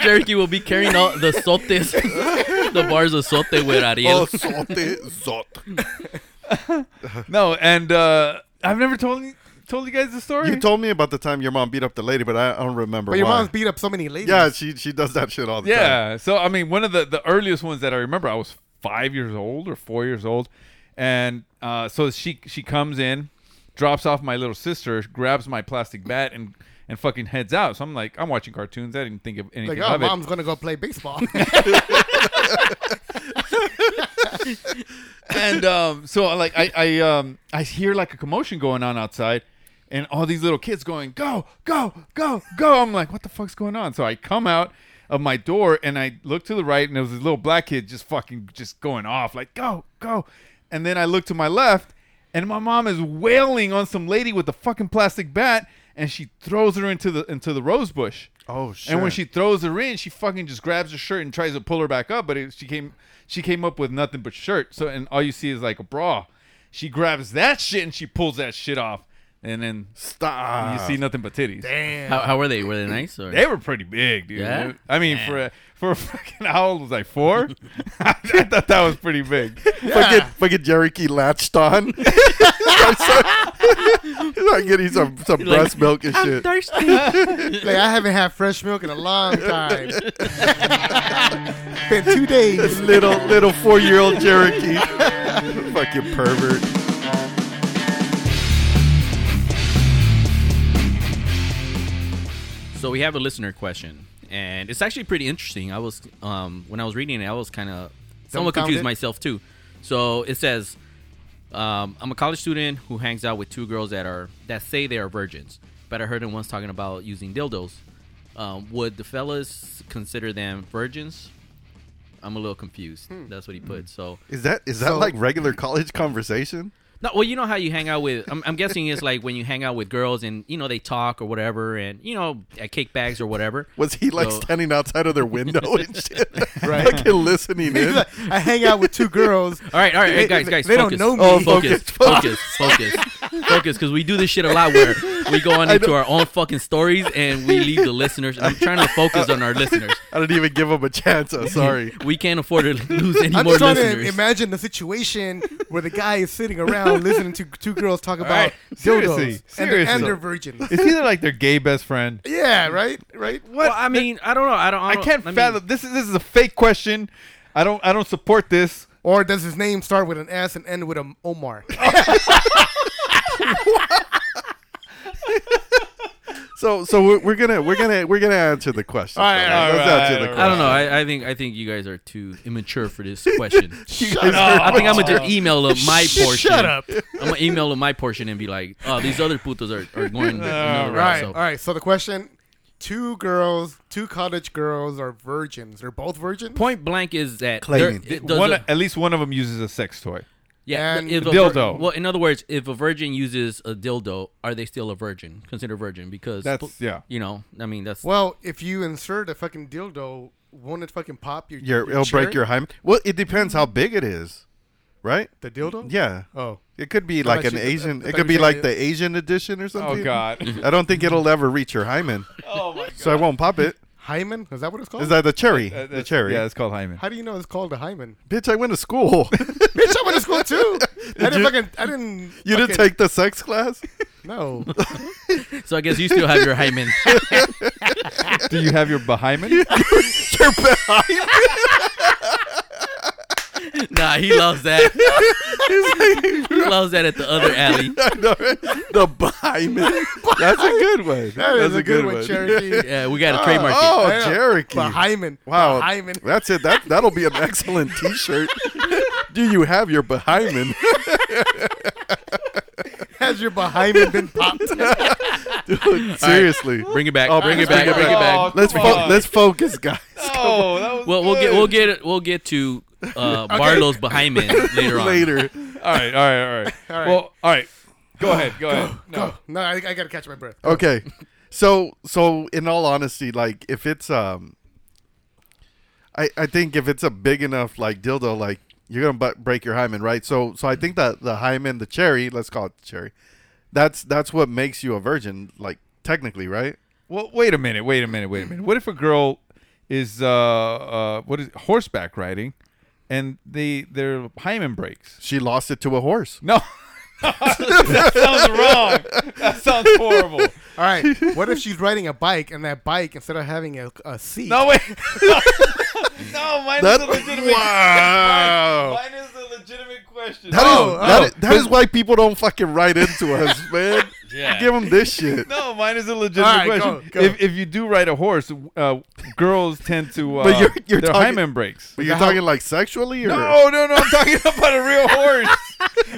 Speaker 8: Cherokee will be carrying all the sotes, the bars of sote with Ariel.
Speaker 7: Oh, zote, zote.
Speaker 6: no, and uh, I've never told you, told you guys the story.
Speaker 7: You told me about the time your mom beat up the lady, but I I don't remember.
Speaker 5: But your
Speaker 7: why.
Speaker 5: mom's beat up so many ladies.
Speaker 7: Yeah, she she does that shit all the time.
Speaker 6: Yeah. So I mean, one of the the earliest ones that I remember, I was five years old or four years old, and uh, so she she comes in, drops off my little sister, grabs my plastic bat and and fucking heads out. So I'm like, I'm watching cartoons. I didn't think of anything
Speaker 5: Like, oh,
Speaker 6: of it.
Speaker 5: mom's gonna go play baseball.
Speaker 6: and um, so like I I um I hear like a commotion going on outside, and all these little kids going go go go go. I'm like, what the fuck's going on? So I come out of my door and I look to the right, and there was this little black kid just fucking just going off like go go, and then I look to my left, and my mom is wailing on some lady with a fucking plastic bat, and she throws her into the into the rose bush.
Speaker 7: Oh shit.
Speaker 6: And when she throws her in, she fucking just grabs her shirt and tries to pull her back up, but it, she came she came up with nothing but shirt. So and all you see is like a bra. She grabs that shit and she pulls that shit off, and then
Speaker 7: stop,
Speaker 6: you see nothing but titties.
Speaker 8: How, how were they? Were they nice? Or?
Speaker 6: They were pretty big, dude.
Speaker 8: Yeah?
Speaker 6: I mean, for a, for a fucking how old was I? Four. I thought that was pretty big.
Speaker 7: fucking fucking Jerry Key latched on. I getting some some
Speaker 8: like,
Speaker 7: breast milk and shit.
Speaker 5: like, I haven't had fresh milk in a long time. Been two days.
Speaker 7: little little four year old Cherokee. Fucking pervert.
Speaker 8: So we have a listener question, and it's actually pretty interesting. I was um, when I was reading it, I was kind of somewhat confused
Speaker 5: Dumbfounded?
Speaker 8: myself too. So it says, um, "I'm a college student who hangs out with two girls that are that say they are virgins, but I heard them once talking about using dildos. Um, would the fellas consider them virgins?" I'm a little confused. That's what he put. So
Speaker 7: Is that is that like regular college conversation?
Speaker 8: no, well, you know how you hang out with. I'm, I'm guessing it's like when you hang out with girls and you know they talk or whatever, and you know at cake bags or whatever.
Speaker 7: Was he like
Speaker 8: So-
Speaker 7: standing outside of their window and shit, right? Fucking listening in.
Speaker 5: I hang out with two girls.
Speaker 8: All right, all right,
Speaker 5: They-
Speaker 8: guys,
Speaker 5: they-
Speaker 8: guys.
Speaker 5: they don't
Speaker 8: focus.
Speaker 5: know me. Oh,
Speaker 8: focus, focus, focus, focus, because we do this shit a lot where we go on into our own fucking stories and we leave the listeners. I'm trying to focus on our listeners.
Speaker 7: I didn't even give him a chance. I'm sorry.
Speaker 8: We can't afford to lose any
Speaker 5: I'm just
Speaker 8: more
Speaker 5: trying to
Speaker 8: listeners.
Speaker 5: imagine the situation where the guy is sitting around listening to two girls talk about
Speaker 6: right,
Speaker 5: dildos
Speaker 6: seriously,
Speaker 5: And, they're, and
Speaker 6: seriously.
Speaker 5: they're virgins.
Speaker 6: It's either like their gay best friend.
Speaker 5: yeah, right, right.
Speaker 8: well, I mean, I don't know. I don't. I,
Speaker 6: I
Speaker 8: don't-
Speaker 6: can't
Speaker 8: I mean,
Speaker 6: fathom. this is this is a fake question. I don't I don't support this.
Speaker 5: Or does his name start with an S and end with an Omar?
Speaker 7: So so we're, we're gonna we're gonna we're gonna answer the question.
Speaker 6: All right,
Speaker 7: fellas.
Speaker 6: all
Speaker 7: Let's
Speaker 6: right,
Speaker 7: answer the
Speaker 6: all right.
Speaker 8: I
Speaker 7: question.
Speaker 8: don't know. I, I think I think you guys are too immature for this question.
Speaker 7: You guys are-
Speaker 8: I think I'm gonna just email them my portion.
Speaker 5: Shut up.
Speaker 8: I'm gonna email them my portion and be like, "Oh, these other putos are, are going another route."
Speaker 5: Right.
Speaker 8: So,
Speaker 5: All right. So the question: Two girls, two college girls, are virgins. They're both virgins.
Speaker 8: Point blank is that
Speaker 7: Claiming.
Speaker 8: there- it does
Speaker 6: One
Speaker 8: a-
Speaker 6: at least one of them uses a sex toy.
Speaker 8: Yeah,
Speaker 5: And
Speaker 8: if
Speaker 5: the
Speaker 8: a vir-
Speaker 6: dildo.
Speaker 8: well, in other words, if a virgin uses a dildo, are they still a virgin? Considered virgin because
Speaker 6: That's- yeah.
Speaker 8: You know, I mean, that's
Speaker 5: Well, if you insert a fucking dildo, won't it fucking pop your?
Speaker 7: Your, it'll break
Speaker 5: cherry?
Speaker 7: your hymen. Well, it depends how big it is, right?
Speaker 5: The dildo.
Speaker 7: Yeah.
Speaker 5: Oh.
Speaker 7: It could be like
Speaker 5: thought
Speaker 7: an
Speaker 5: you- I- I
Speaker 7: Asian.
Speaker 5: thought
Speaker 7: It
Speaker 5: you
Speaker 7: could be
Speaker 5: said
Speaker 7: like
Speaker 5: it-
Speaker 7: the Asian edition or something.
Speaker 6: Oh God.
Speaker 7: I don't think it'll ever reach your hymen.
Speaker 6: oh my God.
Speaker 7: So I won't pop it.
Speaker 5: Hymen. Is that what it's called?
Speaker 7: Is that the cherry? the
Speaker 6: that's-
Speaker 7: cherry.
Speaker 6: Yeah, it's called hymen.
Speaker 5: How do you know it's called a hymen?
Speaker 7: Bitch, I went to school.
Speaker 5: Bitch, I went to school too. I didn't
Speaker 7: you-
Speaker 5: fucking. I didn't.
Speaker 7: you didn't
Speaker 5: fucking-
Speaker 7: take the sex class?
Speaker 5: No.
Speaker 8: so. I guess you still have your hymen.
Speaker 6: do you have your behymen?
Speaker 7: You're behind.
Speaker 8: nah, he loves that. he loves that at the other alley.
Speaker 7: I know, right? The behind. That's a good one.
Speaker 5: That is a good, one, Cherokee.
Speaker 8: Yeah, we got to trademark it.
Speaker 7: Oh,
Speaker 5: I know.
Speaker 7: Cherokee.
Speaker 5: But hymen.
Speaker 7: Wow,
Speaker 5: But hymen.
Speaker 7: that's it. That that'll be an excellent T-shirt. Do you have your behind?
Speaker 5: Has your behymen been popped?
Speaker 7: Seriously,
Speaker 8: Bring it back.
Speaker 7: Oh,
Speaker 8: bring
Speaker 7: let's
Speaker 8: it back.
Speaker 7: bring it
Speaker 8: Bring it
Speaker 7: back.
Speaker 8: back.
Speaker 7: let's
Speaker 6: come
Speaker 7: fo-
Speaker 6: on.
Speaker 7: let's focus, guys.
Speaker 6: oh, that was
Speaker 8: Well, we'll get we'll get we'll get to uh, Barlow's hymen later on.
Speaker 7: Later,
Speaker 6: all right, all right, all right. Well, all right. Go ahead. Go, ahead. No.
Speaker 5: No, I, I gotta catch my breath.
Speaker 7: okay. So so in all honesty, like if it's um, I I think if it's a big enough like dildo, like you're gonna bu- break your hymen, right? So so I think that the hymen, the cherry, let's call it cherry. That's that's what makes you a virgin, like technically, right?
Speaker 6: Well, wait a minute. Wait a minute. Wait a minute. What if a girl is uh, uh what is horseback riding, and they their hymen breaks?
Speaker 7: She lost it to a horse.
Speaker 6: No. that sounds wrong. That sounds horrible.
Speaker 5: All right. What if she's riding a bike and that bike, instead of having a, a seat,
Speaker 6: No way. no, mine is
Speaker 7: That,
Speaker 6: a legitimate.
Speaker 7: wow.
Speaker 6: Mine is a legitimate question.
Speaker 7: That is
Speaker 5: Oh,
Speaker 7: that
Speaker 5: oh.
Speaker 7: is- that is why people don't fucking write into us, man.
Speaker 8: Yeah.
Speaker 7: Give them this shit.
Speaker 6: No, mine is a legitimate
Speaker 5: All right,
Speaker 6: question.
Speaker 5: go, go.
Speaker 6: If, if you do ride a horse, uh, girls tend to uh,
Speaker 7: But you're- you're
Speaker 6: their
Speaker 7: talking-
Speaker 6: hymen breaks.
Speaker 7: But you're talking like sexually, or
Speaker 6: No, no, no! I'm talking about a real horse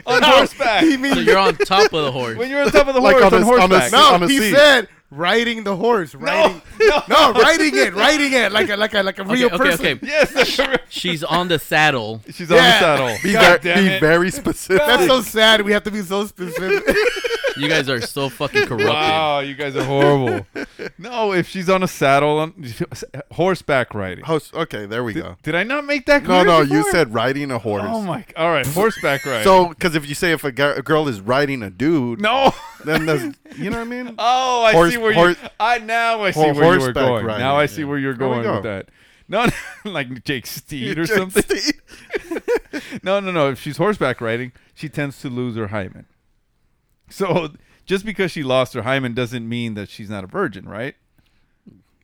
Speaker 6: on horseback.
Speaker 8: So you're on top of the horse.
Speaker 6: When you're on top of the
Speaker 7: Like
Speaker 6: horse on,
Speaker 7: on a- on a
Speaker 6: horseback. Oh,
Speaker 7: s-
Speaker 5: No,
Speaker 7: on a
Speaker 5: he
Speaker 7: seat.
Speaker 5: said riding the horse, riding.
Speaker 6: no,
Speaker 5: No, riding it, riding it like a like a like a
Speaker 8: Okay,
Speaker 5: real
Speaker 8: okay,
Speaker 5: person.
Speaker 8: okay.
Speaker 6: Yes, that's a real-
Speaker 8: She's on the saddle.
Speaker 6: she's
Speaker 5: Yeah.
Speaker 6: on the saddle.
Speaker 7: be,
Speaker 6: God
Speaker 7: ver-
Speaker 6: damn
Speaker 7: be
Speaker 6: it.
Speaker 7: very specific.
Speaker 5: That's so sad. We have to be so specific.
Speaker 8: You guys are so fucking corrupted.
Speaker 6: Wow, you guys are horrible. no, if she's on a saddle on horseback riding.
Speaker 7: Host- Oh, okay, there we go.
Speaker 6: Did I not make that
Speaker 7: No,
Speaker 6: clear?
Speaker 7: no, you
Speaker 6: before?
Speaker 7: said riding a horse.
Speaker 6: Oh my! All right, horseback riding.
Speaker 7: So, because if you say if a, gu- a girl is riding a dude,
Speaker 6: no.
Speaker 7: then that's you know what I mean.
Speaker 6: Oh, I
Speaker 7: Horse-
Speaker 6: see where
Speaker 7: horse-
Speaker 6: you. I now I see
Speaker 7: Hor-
Speaker 6: where you were
Speaker 7: horseback
Speaker 6: going.
Speaker 7: riding.
Speaker 6: Now I see where you're
Speaker 7: There we
Speaker 6: going
Speaker 7: go.
Speaker 6: with that. No, no like Jake Steed or
Speaker 7: Just-
Speaker 6: something. No, no, no. If she's horseback riding, she tends to lose her hymen. So just because she lost her hymen doesn't mean that she's not a virgin, right?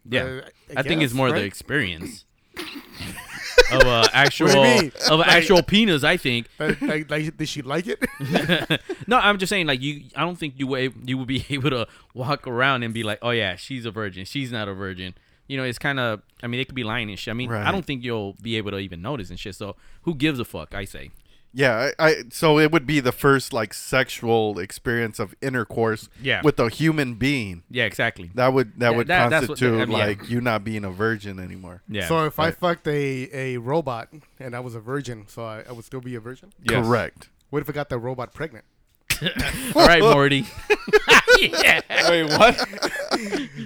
Speaker 8: Yeah,
Speaker 5: Uh,
Speaker 8: I,
Speaker 5: I
Speaker 8: think it's
Speaker 5: guess,
Speaker 8: more the
Speaker 5: right?
Speaker 8: experience of a actual
Speaker 5: mean?
Speaker 8: of an actual penis. I think.
Speaker 5: Like, like, like, did she like it?
Speaker 8: No, I'm just saying, like you, I don't think you were ab- you would be able to walk around and be like, oh yeah, she's a virgin, she's not a virgin. You know, it's kind of, I mean, they could be lying and shit. I mean, I
Speaker 7: Right.
Speaker 8: don't think you'll be able to even notice and shit. So who gives a fuck? I say.
Speaker 7: Yeah, I, I so it would be the first like sexual experience of intercourse
Speaker 8: Yeah.
Speaker 7: with a human being.
Speaker 8: Yeah, exactly.
Speaker 7: That would that
Speaker 8: Yeah,
Speaker 7: would
Speaker 8: that- that's what-
Speaker 7: constitute
Speaker 8: I mean, yeah.
Speaker 7: like you not being a virgin anymore.
Speaker 8: Yeah.
Speaker 5: so if I fucked a, a robot and I was a virgin, so I, I would still be a virgin.
Speaker 6: Yes.
Speaker 7: Correct.
Speaker 5: What if I got that robot pregnant?
Speaker 8: All right, Morty. yeah.
Speaker 6: Wait, what?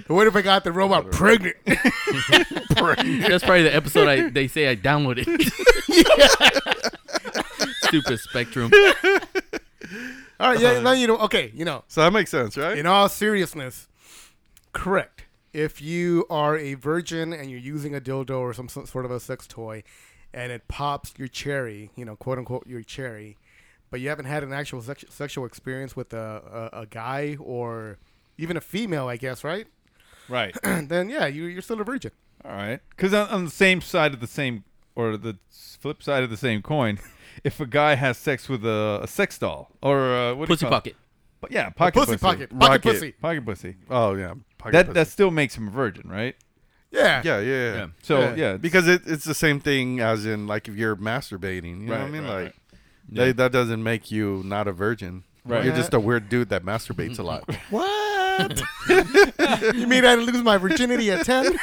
Speaker 5: What if I got the robot pregnant?
Speaker 8: That's probably the episode I they say I downloaded. Stupid Spectrum.
Speaker 5: All right, yeah, now you know. Okay, you know.
Speaker 7: So that makes sense, right?
Speaker 5: In all seriousness, correct. If you are a virgin and you're using a dildo or some so- sort of a sex toy, and it pops your cherry, you know, quote unquote your cherry, but you haven't had an actual sex- sexual experience with a, a a guy or even a female, I guess, right?
Speaker 6: Right.
Speaker 5: then yeah, you, you're still a virgin.
Speaker 6: All right. Because on, on the same side of the same, or the flip side of the same coin, if a guy has sex with a, a sex doll or uh what do you
Speaker 8: Pussy
Speaker 6: call it?
Speaker 8: pocket.
Speaker 6: But yeah, pocket
Speaker 5: Pussy,
Speaker 6: pussy,
Speaker 5: pocket, pocket
Speaker 7: Rocket.
Speaker 5: pussy.
Speaker 6: pocket pussy.
Speaker 7: Oh yeah. Pocket
Speaker 6: That
Speaker 7: pussy.
Speaker 6: that still makes him a virgin, right?
Speaker 5: Yeah.
Speaker 7: yeah, yeah, yeah.
Speaker 8: Yeah.
Speaker 6: So yeah, it's-
Speaker 7: because it, it's the same thing as in like if you're masturbating, you know what I
Speaker 6: Right,
Speaker 7: mean?
Speaker 6: right,
Speaker 7: like they- that doesn't make you not a virgin.
Speaker 6: Right.
Speaker 7: You're just a weird dude that masturbates a lot.
Speaker 5: What? you mean I lose my virginity at ten?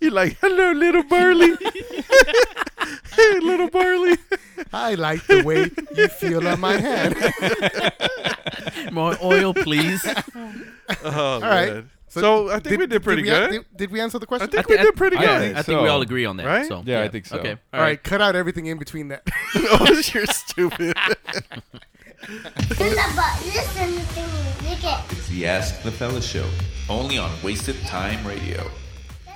Speaker 7: You're like, hello, little Burley. hey, little Burley.
Speaker 5: I like the way you feel on my hand.
Speaker 8: More oil, please.
Speaker 7: All
Speaker 5: right.
Speaker 7: So, I think we did pretty
Speaker 5: we-
Speaker 7: good.
Speaker 5: Did, did we answer the question?
Speaker 7: I think we did pretty
Speaker 6: I
Speaker 7: good.
Speaker 8: I
Speaker 6: think
Speaker 8: think we
Speaker 6: so.
Speaker 8: all agree on that.
Speaker 7: Right?
Speaker 8: So,
Speaker 6: Yeah, I think so.
Speaker 8: Okay.
Speaker 5: All right, cut out everything in between that.
Speaker 7: oh, you're stupid.
Speaker 9: Listen to music.
Speaker 1: It's the Ask the Fella Show, only on Wasted Time Radio.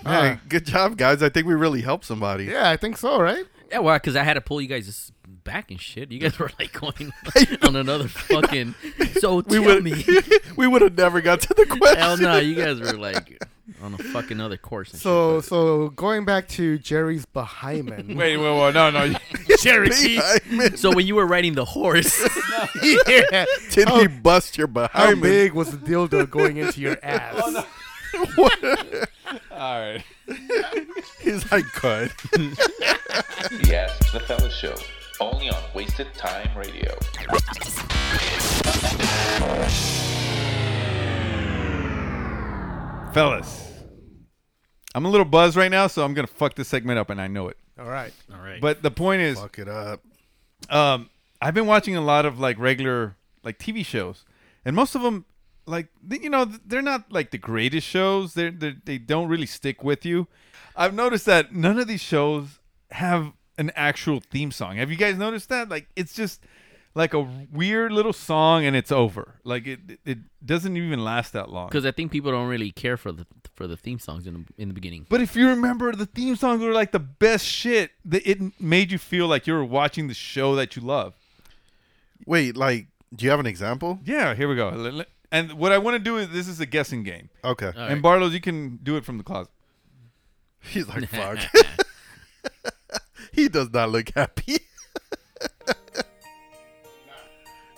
Speaker 7: Hey, good job, guys. I think we really helped somebody.
Speaker 5: yeah, I think so, right?
Speaker 8: Yeah, well, because I had to pull you guys back and shit. You guys were like going on another fucking. So
Speaker 7: We
Speaker 8: tell
Speaker 7: would
Speaker 8: me.
Speaker 7: we would have never got to the question.
Speaker 8: Hell no, you guys were like on a fucking other course. And
Speaker 5: So, so going back to Jerry's Behiman.
Speaker 6: Wait, wait, wait, no, no.
Speaker 8: Cherokee.
Speaker 7: Behind-
Speaker 8: shit. So when you were riding the horse,
Speaker 5: yeah.
Speaker 7: Did
Speaker 5: How-
Speaker 6: Oh.
Speaker 7: he bust your
Speaker 5: How
Speaker 7: behind?
Speaker 5: big was the dildo going into your ass?
Speaker 7: Oh,
Speaker 6: All right.
Speaker 7: He's like, good.
Speaker 1: The Ask the Fella Show, only on Wasted Time Radio.
Speaker 6: Fellas, I'm a little buzzed right now, so I'm going to fuck this segment up, and I know it.
Speaker 5: All right.
Speaker 6: But the point is,
Speaker 7: Fuck it up.
Speaker 6: um, I've been watching a lot of like regular like TV shows, and most of them, like th- you know, th- they're not like the greatest shows. They're, they're they don't really stick with you. I've noticed that none of these shows have an actual theme song. Have you guys noticed that? Like it's just like a weird little song, and it's over. Like it it- it doesn't even last that long.
Speaker 8: because I think people don't really care for the for the theme songs in the, in the beginning.
Speaker 6: But if you remember, the theme songs were like the best shit. That it made you feel like you were watching the show that you love.
Speaker 7: Wait, like, do you have an example?
Speaker 6: Yeah, here we go. Let- let- And what I want to do is this is a guessing game.
Speaker 7: Okay.
Speaker 8: Uh,
Speaker 6: And Barlow's, you can do it from the closet.
Speaker 7: He's like, fuck. he does not look happy.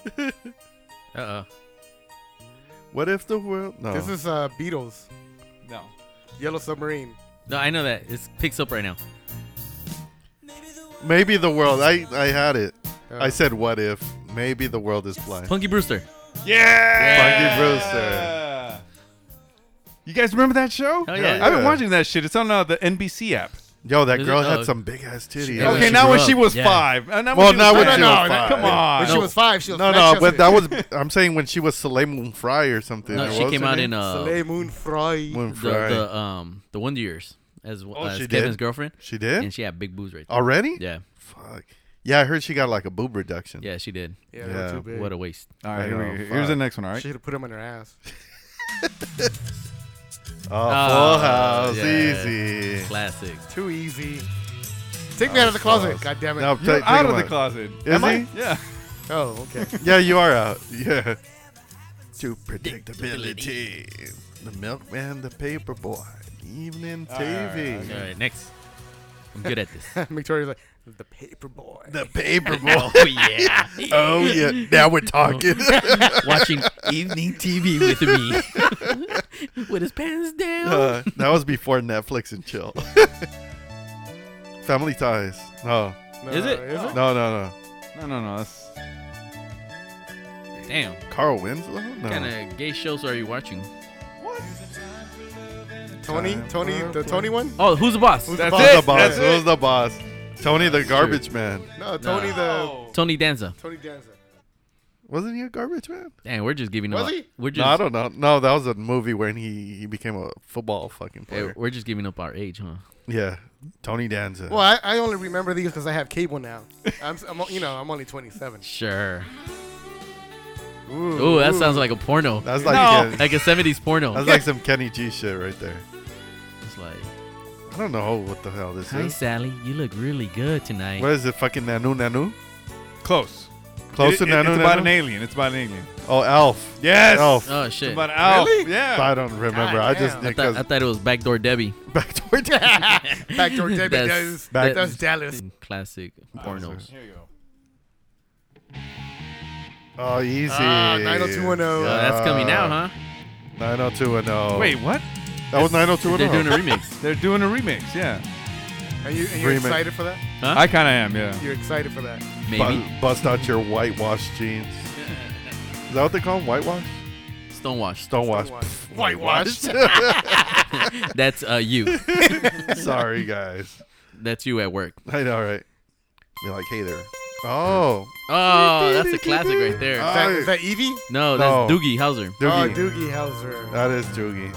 Speaker 8: Uh
Speaker 7: What if the world? No.
Speaker 5: This is uh, Beatles,
Speaker 6: No.
Speaker 5: Yellow Submarine.
Speaker 8: No, I know that. It picks up right now.
Speaker 7: Maybe the world. I I had it.
Speaker 5: Uh,
Speaker 7: I said, what if? Maybe the world is blind.
Speaker 8: Punky Brewster.
Speaker 7: Funky Brewster.
Speaker 6: You guys remember that show?
Speaker 8: Hell yeah.
Speaker 6: I've been
Speaker 7: Yeah.
Speaker 6: watching that shit. It's on uh, the NBC app.
Speaker 7: Yo, that
Speaker 8: Is it-
Speaker 7: girl
Speaker 8: oh.
Speaker 7: had some big ass titties.
Speaker 8: Yeah,
Speaker 6: okay,
Speaker 8: she
Speaker 6: now
Speaker 8: grew
Speaker 6: when she
Speaker 8: up.
Speaker 6: was
Speaker 8: Yeah.
Speaker 6: five. Uh, not
Speaker 7: Well,
Speaker 6: when she
Speaker 7: not
Speaker 6: was five.
Speaker 7: when she was
Speaker 5: that-
Speaker 7: five.
Speaker 6: Come on.
Speaker 5: When she
Speaker 8: No.
Speaker 5: was five, she was
Speaker 7: Ah, No, no, but that was. I'm saying when she was Soleil Moon Fry or something.
Speaker 8: No,
Speaker 7: or
Speaker 8: she
Speaker 7: what was
Speaker 8: came
Speaker 7: her
Speaker 8: out
Speaker 7: name?
Speaker 8: in uh
Speaker 5: Soleil Moon Fry.
Speaker 7: Moon
Speaker 8: the,
Speaker 7: Fry.
Speaker 8: the um the Wonder Years as,
Speaker 7: Oh,
Speaker 8: as
Speaker 7: she did?
Speaker 8: Kevin's girlfriend,
Speaker 7: she did Oh.
Speaker 8: and she had big boobs right there.
Speaker 7: already.
Speaker 8: Yeah,
Speaker 7: Fuck. Yeah, I heard she got like a boob reduction.
Speaker 8: yeah, she did.
Speaker 5: Yeah, they were
Speaker 7: Yeah.
Speaker 5: too big.
Speaker 8: What a waste.
Speaker 6: All right,
Speaker 7: I
Speaker 6: here we
Speaker 7: know,
Speaker 6: go.
Speaker 7: fuck.
Speaker 6: Here's the next one, all right?
Speaker 5: She should have put him on her ass.
Speaker 7: Oh,
Speaker 8: Oh,
Speaker 7: Full House,
Speaker 8: yeah.
Speaker 7: easy.
Speaker 8: Classic.
Speaker 5: Too easy. Take me out of the closet. God damn it.
Speaker 7: No,
Speaker 6: You're
Speaker 7: take-
Speaker 6: out
Speaker 7: take
Speaker 6: of the
Speaker 7: him
Speaker 6: closet.
Speaker 7: Is
Speaker 6: Am I?
Speaker 7: he?
Speaker 6: Yeah.
Speaker 5: Oh, okay.
Speaker 7: Yeah, you are out. Yeah. To predictability, the milkman, the paperboy, evening TV.
Speaker 8: All right, next. I'm good at this.
Speaker 5: Victoria's like the paper boy.
Speaker 7: The paper boy.
Speaker 8: oh yeah,
Speaker 7: oh yeah. Now we're talking.
Speaker 8: watching evening TV with me, with his pants down.
Speaker 7: Uh, that was before Netflix and chill. Family ties. No.
Speaker 8: Is it?
Speaker 7: No, no, no.
Speaker 6: No, no, no. That's
Speaker 8: Damn,
Speaker 7: Carl Winslow? No.
Speaker 8: what kind of gay shows are you watching?
Speaker 5: Tony, Tony, the Tony one.
Speaker 8: Oh, who's the boss?
Speaker 5: Who's
Speaker 7: Who's the boss? Who's the boss? Tony the garbage man.
Speaker 5: No, Tony the
Speaker 8: Tony Danza.
Speaker 5: Tony Danza.
Speaker 7: Wasn't he a garbage man?
Speaker 8: Damn, we're just giving
Speaker 5: Was
Speaker 8: up.
Speaker 5: he?
Speaker 8: We're just
Speaker 7: No, I don't know. No, that was a movie when he, he became a football fucking
Speaker 8: Hey,
Speaker 7: player.
Speaker 8: eh, we're just giving up our age, huh?
Speaker 7: yeah. Tony Danza.
Speaker 5: Well, I, I only remember these because I have cable now. I'm, s- I'm, o- you know, I'm only 27.
Speaker 8: Sure.
Speaker 5: Ooh, uh,
Speaker 8: Oh, that sounds like a porno.
Speaker 7: That's like Ken-
Speaker 8: like a 70s porno.
Speaker 7: that's like some Kenny G shit right there.
Speaker 8: It's like,
Speaker 7: I don't know what the hell this
Speaker 8: hi,
Speaker 7: is.
Speaker 8: Sally. You look really good tonight.
Speaker 7: What is it? Fucking Nanu Nanu?
Speaker 6: close.
Speaker 7: Close
Speaker 6: It-
Speaker 7: to
Speaker 6: it-
Speaker 7: Nanu
Speaker 6: It's about an
Speaker 7: Nanu?
Speaker 6: alien. It's about an alien.
Speaker 7: Oh, Elf.
Speaker 6: Yes.
Speaker 7: Elf.
Speaker 8: Oh, shit.
Speaker 6: About Alf.
Speaker 5: Really?
Speaker 6: Yeah.
Speaker 7: I don't remember. I just
Speaker 5: damn.
Speaker 8: I thought, I
Speaker 7: because
Speaker 8: thought it was Backdoor Debbie.
Speaker 7: backdoor dad.
Speaker 5: Backdoor Debbie does-
Speaker 8: that-
Speaker 5: does Dallas.
Speaker 8: Classic pornos.
Speaker 6: Here you go.
Speaker 7: Oh, easy.
Speaker 5: Ah, 90210.
Speaker 8: Uh, that's coming out, huh?
Speaker 7: 90210.
Speaker 6: Wait, what?
Speaker 7: that was
Speaker 8: They're doing a
Speaker 7: 90210.
Speaker 8: remix.
Speaker 6: They're doing a remix. Yeah.
Speaker 5: Are you are you
Speaker 7: Remake.
Speaker 5: excited for that?
Speaker 6: I kind of am. Yeah.
Speaker 5: You're excited for that?
Speaker 8: Maybe.
Speaker 7: Bu- bust out your whitewashed jeans. Is that what they call them? Whitewash?
Speaker 8: Stonewash.
Speaker 7: Stonewash.
Speaker 5: Whitewash.
Speaker 7: Pff,
Speaker 5: Whitewashed.
Speaker 8: That's uh, you.
Speaker 7: Sorry, guys.
Speaker 8: That's you at work.
Speaker 7: I know, right? Be like, hey there. Oh,
Speaker 8: Oh, that's a classic right there.
Speaker 5: Is that,
Speaker 7: I-
Speaker 5: is that Evie?
Speaker 8: No, that's
Speaker 7: No.
Speaker 8: Doogie Howser.
Speaker 7: Doogie.
Speaker 5: Oh, Doogie Howser.
Speaker 7: That is Doogie.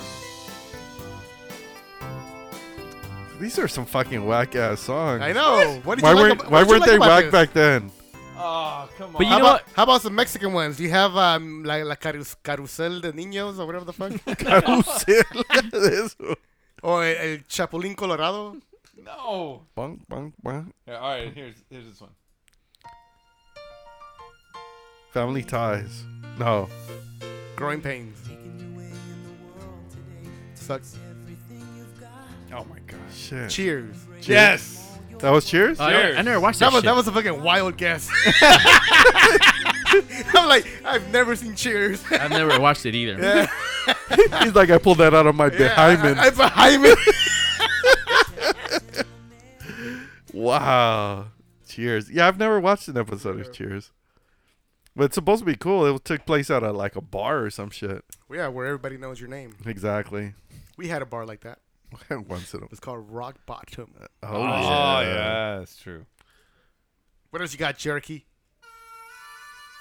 Speaker 7: These are some fucking whack ass songs.
Speaker 5: I know. What did
Speaker 7: Why
Speaker 5: you like
Speaker 7: weren't
Speaker 5: ab-
Speaker 7: Why
Speaker 5: what did you
Speaker 7: weren't
Speaker 5: like
Speaker 7: they
Speaker 5: about
Speaker 7: whack
Speaker 5: this?
Speaker 7: back then?
Speaker 8: But you
Speaker 5: How
Speaker 8: know
Speaker 5: about,
Speaker 8: what?
Speaker 5: how about some Mexican ones? Do you have um, La, la carus- Carusel de Niños or whatever the fuck?
Speaker 7: Carusel. This one.
Speaker 5: or El, El Chapulín Colorado?
Speaker 6: No.
Speaker 7: Bonk, bonk, bonk.
Speaker 6: Yeah, all right. Here's here's this one.
Speaker 7: Family ties. No.
Speaker 5: Growing Pains. Sucks.
Speaker 6: Oh my gosh.
Speaker 7: Shit.
Speaker 5: Cheers.
Speaker 6: Yes.
Speaker 7: That was Cheers?
Speaker 8: Oh, I, never, I never watched that,
Speaker 5: That was,
Speaker 8: shit.
Speaker 5: that was a fucking wild guess. I'm like, I've never seen Cheers.
Speaker 8: I've never watched it either.
Speaker 7: He's like, I pulled that out of my behind me.
Speaker 5: It's a hymen.
Speaker 7: Wow. Cheers. Yeah, I've never watched an episode of Cheers. But it's supposed to be cool. It took place at a, like a bar or some shit.
Speaker 5: yeah, where everybody knows your name.
Speaker 7: Exactly.
Speaker 5: We had a bar like that.
Speaker 7: Once in a
Speaker 5: It was called Rock Bottom.
Speaker 7: Oh,
Speaker 6: Oh yeah. that's true.
Speaker 5: What else you got, Cherokee?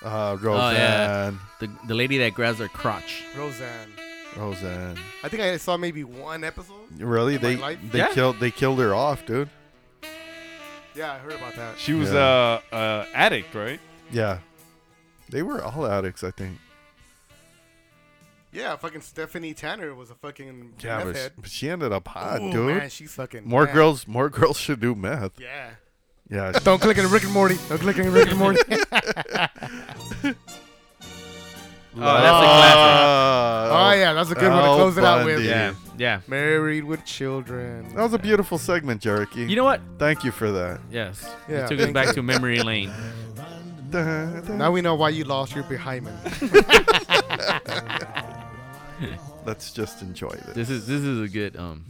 Speaker 7: Uh,
Speaker 8: Oh, yeah.
Speaker 7: Roseanne.
Speaker 8: The, the lady that grabs her crotch.
Speaker 5: Roseanne.
Speaker 7: Roseanne.
Speaker 5: I think I saw maybe one episode.
Speaker 7: Really? They
Speaker 5: life?
Speaker 7: they
Speaker 6: Yeah.
Speaker 7: killed they killed her off, dude.
Speaker 5: Yeah, I heard about that.
Speaker 6: She was
Speaker 7: Yeah.
Speaker 6: a uh, uh, addict, right?
Speaker 7: Yeah. They were all addicts, I think.
Speaker 5: Yeah, fucking Stephanie Tanner was a fucking
Speaker 7: Yeah,
Speaker 5: meth
Speaker 7: but,
Speaker 5: head.
Speaker 7: but she ended up hot,
Speaker 5: Ooh,
Speaker 7: dude.
Speaker 5: man, she's fucking
Speaker 7: more
Speaker 5: mad.
Speaker 7: girls, more girls should do meth.
Speaker 5: Yeah. Oh,
Speaker 7: Yeah.
Speaker 5: Don't click on Rick and Morty. Don't click on Rick and Morty.
Speaker 8: Oh, that's a classic.
Speaker 5: oh yeah, that's a good one to
Speaker 7: Al
Speaker 5: close it out with.
Speaker 7: Bundy. Oh.
Speaker 8: Yeah, yeah.
Speaker 5: Married with children.
Speaker 7: That was a beautiful segment, Jericho.
Speaker 8: You know what?
Speaker 7: Thank you for that.
Speaker 8: Yes.
Speaker 5: Yeah,
Speaker 8: it took us
Speaker 5: thank
Speaker 8: back to memory lane.
Speaker 7: Da, da.
Speaker 5: Now we know why you lost your behind
Speaker 7: Let's just enjoy this.
Speaker 8: This is this is a good um.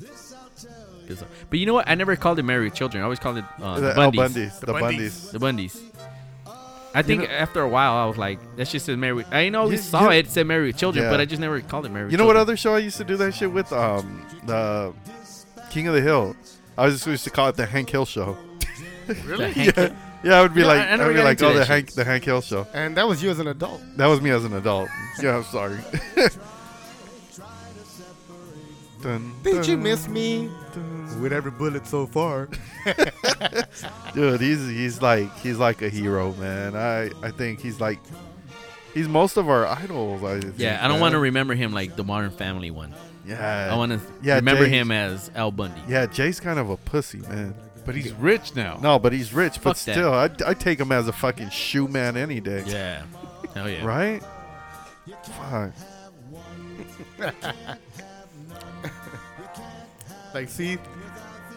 Speaker 8: good song. But you know what? I never called it Married with Children. I always called it uh, the
Speaker 7: The Al
Speaker 8: Bundys.
Speaker 7: Bundy's. The,
Speaker 5: Bundys.
Speaker 7: Bundies.
Speaker 8: The Bundys. I think after a while, I was like, "That's just said Married." With, I know we
Speaker 7: You-
Speaker 8: saw
Speaker 7: you-
Speaker 8: it said Married with Children,
Speaker 7: Yeah.
Speaker 8: but I just never called it Married.
Speaker 7: You know what other show I used to do that shit with? Um, the King of the Hill. I just used to call it the Hank Hill Show.
Speaker 8: Really?
Speaker 7: Yeah, yeah. I would be
Speaker 8: You know,
Speaker 7: like,
Speaker 8: I- I
Speaker 7: I,
Speaker 8: never
Speaker 7: would be
Speaker 8: got
Speaker 7: like,
Speaker 8: into
Speaker 7: oh,
Speaker 8: that
Speaker 7: the
Speaker 8: shit.
Speaker 7: Hank, the Hank Hill Show.
Speaker 5: And that was you as an adult.
Speaker 7: That was me as an adult. Yeah, I'm sorry. Dun,
Speaker 5: Did
Speaker 7: dun,
Speaker 5: you miss me?
Speaker 7: dun.
Speaker 5: With every bullet so far.
Speaker 7: Dude, he's he's like he's like a hero, man. I I think he's like he's most of our idols. I think,
Speaker 8: Yeah, I don't want to remember him like the Modern Family one.
Speaker 7: Yeah,
Speaker 8: I want to
Speaker 7: Yeah,
Speaker 8: remember
Speaker 7: James-
Speaker 8: him as Al Bundy.
Speaker 7: Yeah, Jay's kind of a pussy, man.
Speaker 6: But he's rich now.
Speaker 7: No, but he's rich. but
Speaker 8: Fuck that.
Speaker 7: still, I I take him as a fucking shoe man any day.
Speaker 8: Yeah. Hell yeah.
Speaker 7: Right? Fuck.
Speaker 5: Like, see,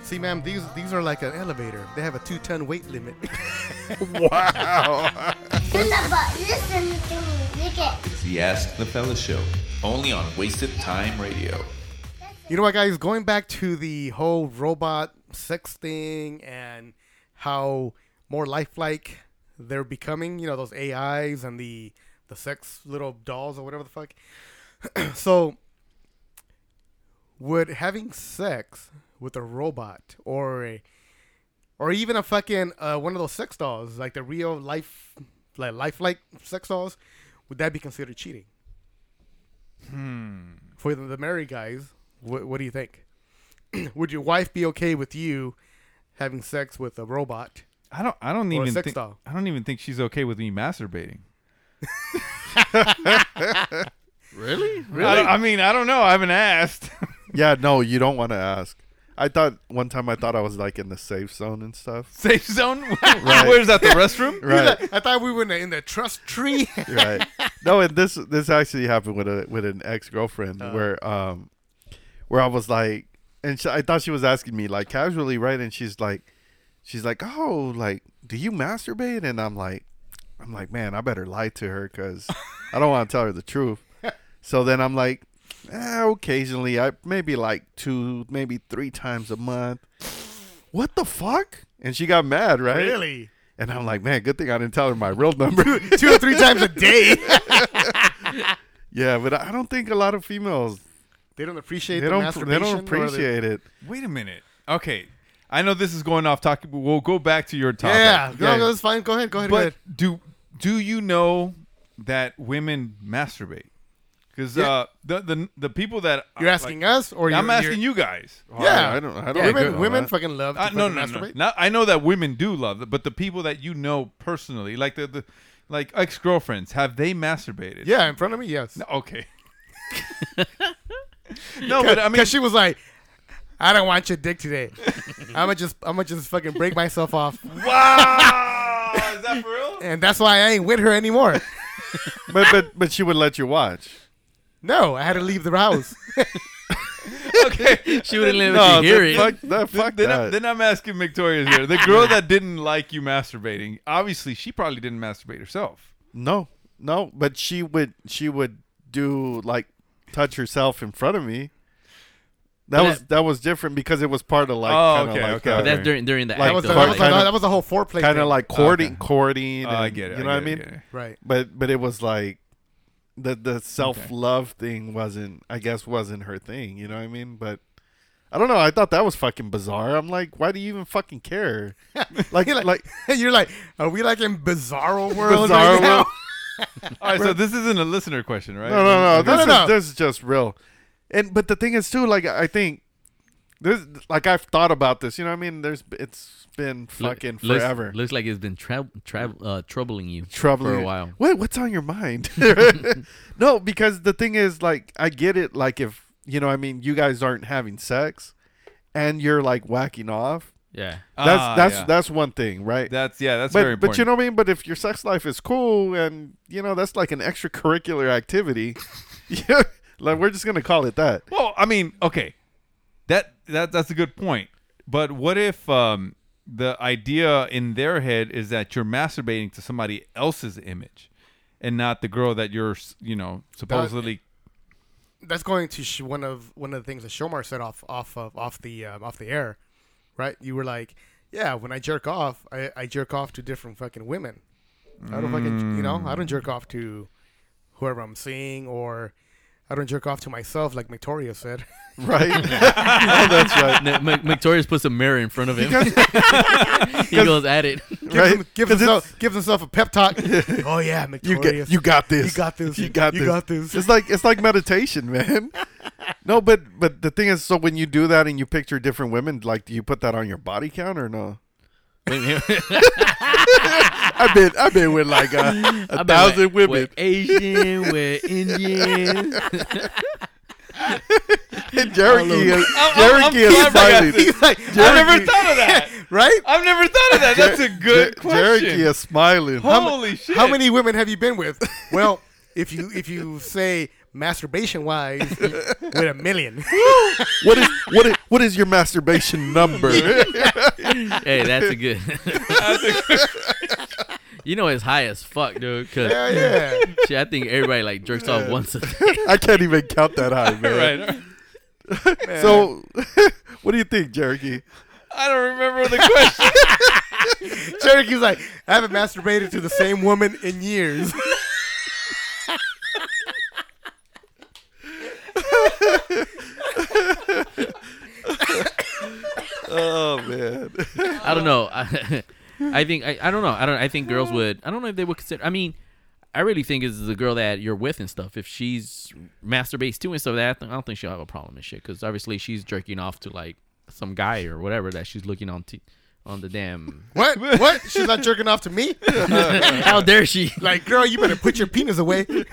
Speaker 10: See, ma'am, these these are like an elevator. They have a two ton weight limit.
Speaker 9: Listen, but listen to music.
Speaker 1: It's the Ask the Fella Show, only on Wasted Time Radio.
Speaker 5: You know what, guys? Going back to the whole robot sex thing and how more lifelike they're becoming. You know those AIs and the the sex little dolls or whatever the fuck. so, would having sex with a robot or a or even a fucking uh, one of those sex dolls, like the real life, like lifelike sex dolls, would that be considered cheating? for the, the married guys, what, what do you think? Would your wife be okay with you having sex with a robot?
Speaker 6: I don't. I don't
Speaker 5: Or a
Speaker 6: even
Speaker 5: sex
Speaker 6: think.
Speaker 5: doll.
Speaker 6: I don't even think she's okay with me masturbating.
Speaker 7: Really?
Speaker 6: Really? I, I mean, I don't know. I haven't asked.
Speaker 7: Yeah, no, you don't want to ask. I thought one time I thought I was like in the safe zone and stuff.
Speaker 6: Safe zone. Where's that? The restroom.
Speaker 7: Right.
Speaker 5: I thought we were in the, in the trust tree.
Speaker 7: right. No, and this this actually happened with a with an ex girlfriend
Speaker 5: Uh-huh.
Speaker 7: where um where I was like, and she, I thought she was asking me like casually, right? And she's like, she's like, oh, like, do you masturbate? And I'm like, I'm like, man, I better lie to her because I don't want to tell her the truth. So then I'm like, eh, occasionally, I maybe like two, maybe three times a month. What the fuck? And she got mad, right?
Speaker 5: really?
Speaker 7: And I'm like, man, good thing I didn't tell her my real number.
Speaker 5: Two or three times a day.
Speaker 7: Yeah, but I don't think a lot of females
Speaker 5: they don't appreciate
Speaker 7: they
Speaker 5: the
Speaker 7: don't they
Speaker 5: masturbation.
Speaker 7: don't
Speaker 5: or the-
Speaker 7: appreciate it.
Speaker 6: Wait a minute. Okay. I know this is going off topic, but we'll go back to your topic.
Speaker 5: Yeah, no,
Speaker 7: Yeah.
Speaker 5: no, it's fine. Go ahead, go ahead, go
Speaker 6: But
Speaker 5: ahead.
Speaker 6: do do you know that women masturbate? Because uh, the, the the people that uh,
Speaker 5: You're asking
Speaker 6: like-
Speaker 5: us, or
Speaker 6: I'm
Speaker 5: you're,
Speaker 6: asking you guys.
Speaker 5: Yeah,
Speaker 7: I don't. I don't. agree
Speaker 5: women,
Speaker 7: on
Speaker 5: women
Speaker 7: that.
Speaker 5: fucking love to
Speaker 6: Uh, no,
Speaker 5: fucking
Speaker 6: no, no,
Speaker 5: masturbate.
Speaker 6: Not- I know that women do love it, but the people that you know personally, like the, the like ex girlfriends, have they masturbated?
Speaker 5: Yeah, in front of me, yes. No,
Speaker 6: Okay. no, but I mean,
Speaker 5: she was like, "I don't want your dick today. I'm gonna just, I'm gonna just fucking break myself off."
Speaker 6: wow, is that for real?
Speaker 5: And that's why I ain't with her anymore.
Speaker 7: but but but she would let you watch.
Speaker 5: No, I had to leave the house.
Speaker 6: Okay.
Speaker 8: She wouldn't let
Speaker 7: No,
Speaker 8: you hear
Speaker 7: then
Speaker 8: it.
Speaker 7: fuck that. Fuck
Speaker 6: Then,
Speaker 7: that.
Speaker 6: I'm, then I'm asking Victoria's here. The girl that didn't like you masturbating, obviously she probably didn't masturbate herself.
Speaker 7: no, no. But she would. She would do like touch herself in front of me. That
Speaker 8: But
Speaker 7: was
Speaker 8: that-
Speaker 7: that was different because it was part of like
Speaker 6: Oh,
Speaker 7: kind of
Speaker 6: okay,
Speaker 7: like
Speaker 6: okay,
Speaker 7: uh,
Speaker 8: But that's during during the
Speaker 7: Like
Speaker 5: That was,
Speaker 8: act.
Speaker 5: the, that,
Speaker 8: though,
Speaker 7: Kinda-
Speaker 5: was
Speaker 8: right?
Speaker 5: the,
Speaker 7: kinda-
Speaker 5: that was the whole foreplay.
Speaker 7: kind of
Speaker 5: thing.
Speaker 7: like courting, courting.
Speaker 6: Oh, I
Speaker 7: and-
Speaker 6: get it.
Speaker 7: You know what I mean?
Speaker 5: right.
Speaker 7: But but it was like the the self love thing wasn't I guess wasn't her thing, you know what I mean? But I don't know, I thought that was fucking bizarre. I'm like, why do you even fucking care? like
Speaker 5: You're like,
Speaker 7: like
Speaker 5: you're like, are we like in bizarro world?
Speaker 7: bizarre
Speaker 5: right now?
Speaker 7: world.
Speaker 6: All right, so this isn't a listener question, right?
Speaker 7: No, no, no. This,
Speaker 5: no,
Speaker 7: is,
Speaker 5: no.
Speaker 7: this is just real. And but the thing is too, like I think this like I've thought about this, you know what I mean? There's it's been
Speaker 8: Look-
Speaker 7: fucking
Speaker 8: looks-
Speaker 7: forever.
Speaker 8: Looks like it's been tra- tra- uh, troubling you
Speaker 7: troubling
Speaker 8: for a while.
Speaker 7: What what's on your mind? no, because the thing is, like, I get it. Like, if you know, I mean, you guys aren't having sex, and you're like whacking off.
Speaker 8: Yeah.
Speaker 7: That's
Speaker 6: Ah,
Speaker 7: that's
Speaker 6: yeah.
Speaker 7: that's one thing, right?
Speaker 6: That's yeah, that's
Speaker 7: but
Speaker 6: very important.
Speaker 7: but you know what I mean. But if your sex life is cool, and you know that's like an extracurricular activity. yeah, like we're just gonna call it that.
Speaker 6: Well, I mean, okay, that that that's a good point. But what if um, the idea in their head is that you're masturbating to somebody else's image, and not the girl that you're, s- you know, supposedly.
Speaker 5: That's going to sh- one of one of the things that Shomar said off off of off the um, off the air, right? You were like, yeah, when I jerk off, I, I jerk off to different fucking women. I don't fucking, you know, I don't jerk off to whoever I'm seeing, or I don't jerk off to myself, like Victoria said.
Speaker 7: Right? oh, that's right.
Speaker 8: No, Mc- Victoria's puts a mirror in front of him. he goes at it.
Speaker 5: gives,
Speaker 7: Right?
Speaker 5: him, gives
Speaker 7: 'Cause
Speaker 5: himself gives himself a pep talk. oh yeah,
Speaker 7: You
Speaker 5: Victoria,
Speaker 7: get, you got this.
Speaker 5: You got this.
Speaker 7: You got
Speaker 5: You
Speaker 7: this.
Speaker 5: got this.
Speaker 7: It's like it's like meditation, man. No, but but the thing is, so when you do that and you picture different women, like do you put that on your body count or no? I've been I've been with like a, a thousand
Speaker 8: with,
Speaker 7: women.
Speaker 8: With Asian, with Indian.
Speaker 7: And Jericho is
Speaker 6: Oh, I'm
Speaker 7: Jericho is
Speaker 6: flabbergasted.
Speaker 7: smiling.
Speaker 5: He's like,
Speaker 6: I've never thought of that.
Speaker 5: right?
Speaker 6: I've never thought of that. That's a good question.
Speaker 7: Jericho is smiling.
Speaker 6: Holy shit!
Speaker 5: How many women have you been with? Well, if you if you say masturbation wise with a million.
Speaker 7: What is what is, what is your masturbation number?
Speaker 8: hey, that's a good. you know it's high as fuck, dude. 'cause
Speaker 5: Hell yeah.
Speaker 8: shit, I think everybody like jerks off once a day.
Speaker 7: I can't even count that high, man.
Speaker 6: Right.
Speaker 7: So, what do you think, Jerky?
Speaker 6: I don't remember the question.
Speaker 5: Cherokee's like, I haven't masturbated to the same woman in years.
Speaker 7: Oh man,
Speaker 8: I don't know. I, I think I, I don't know. I don't. I think girls would. I don't know if they would consider. I mean, I really think is the girl that you're with and stuff. If she's masturbates too and stuff, that I don't think she'll have a problem and shit. Because obviously she's jerking off to like some guy or whatever that she's looking on t- on the damn.
Speaker 5: What? What? She's not jerking off to me?
Speaker 8: How dare she?
Speaker 5: Like, girl, you better put your penis away.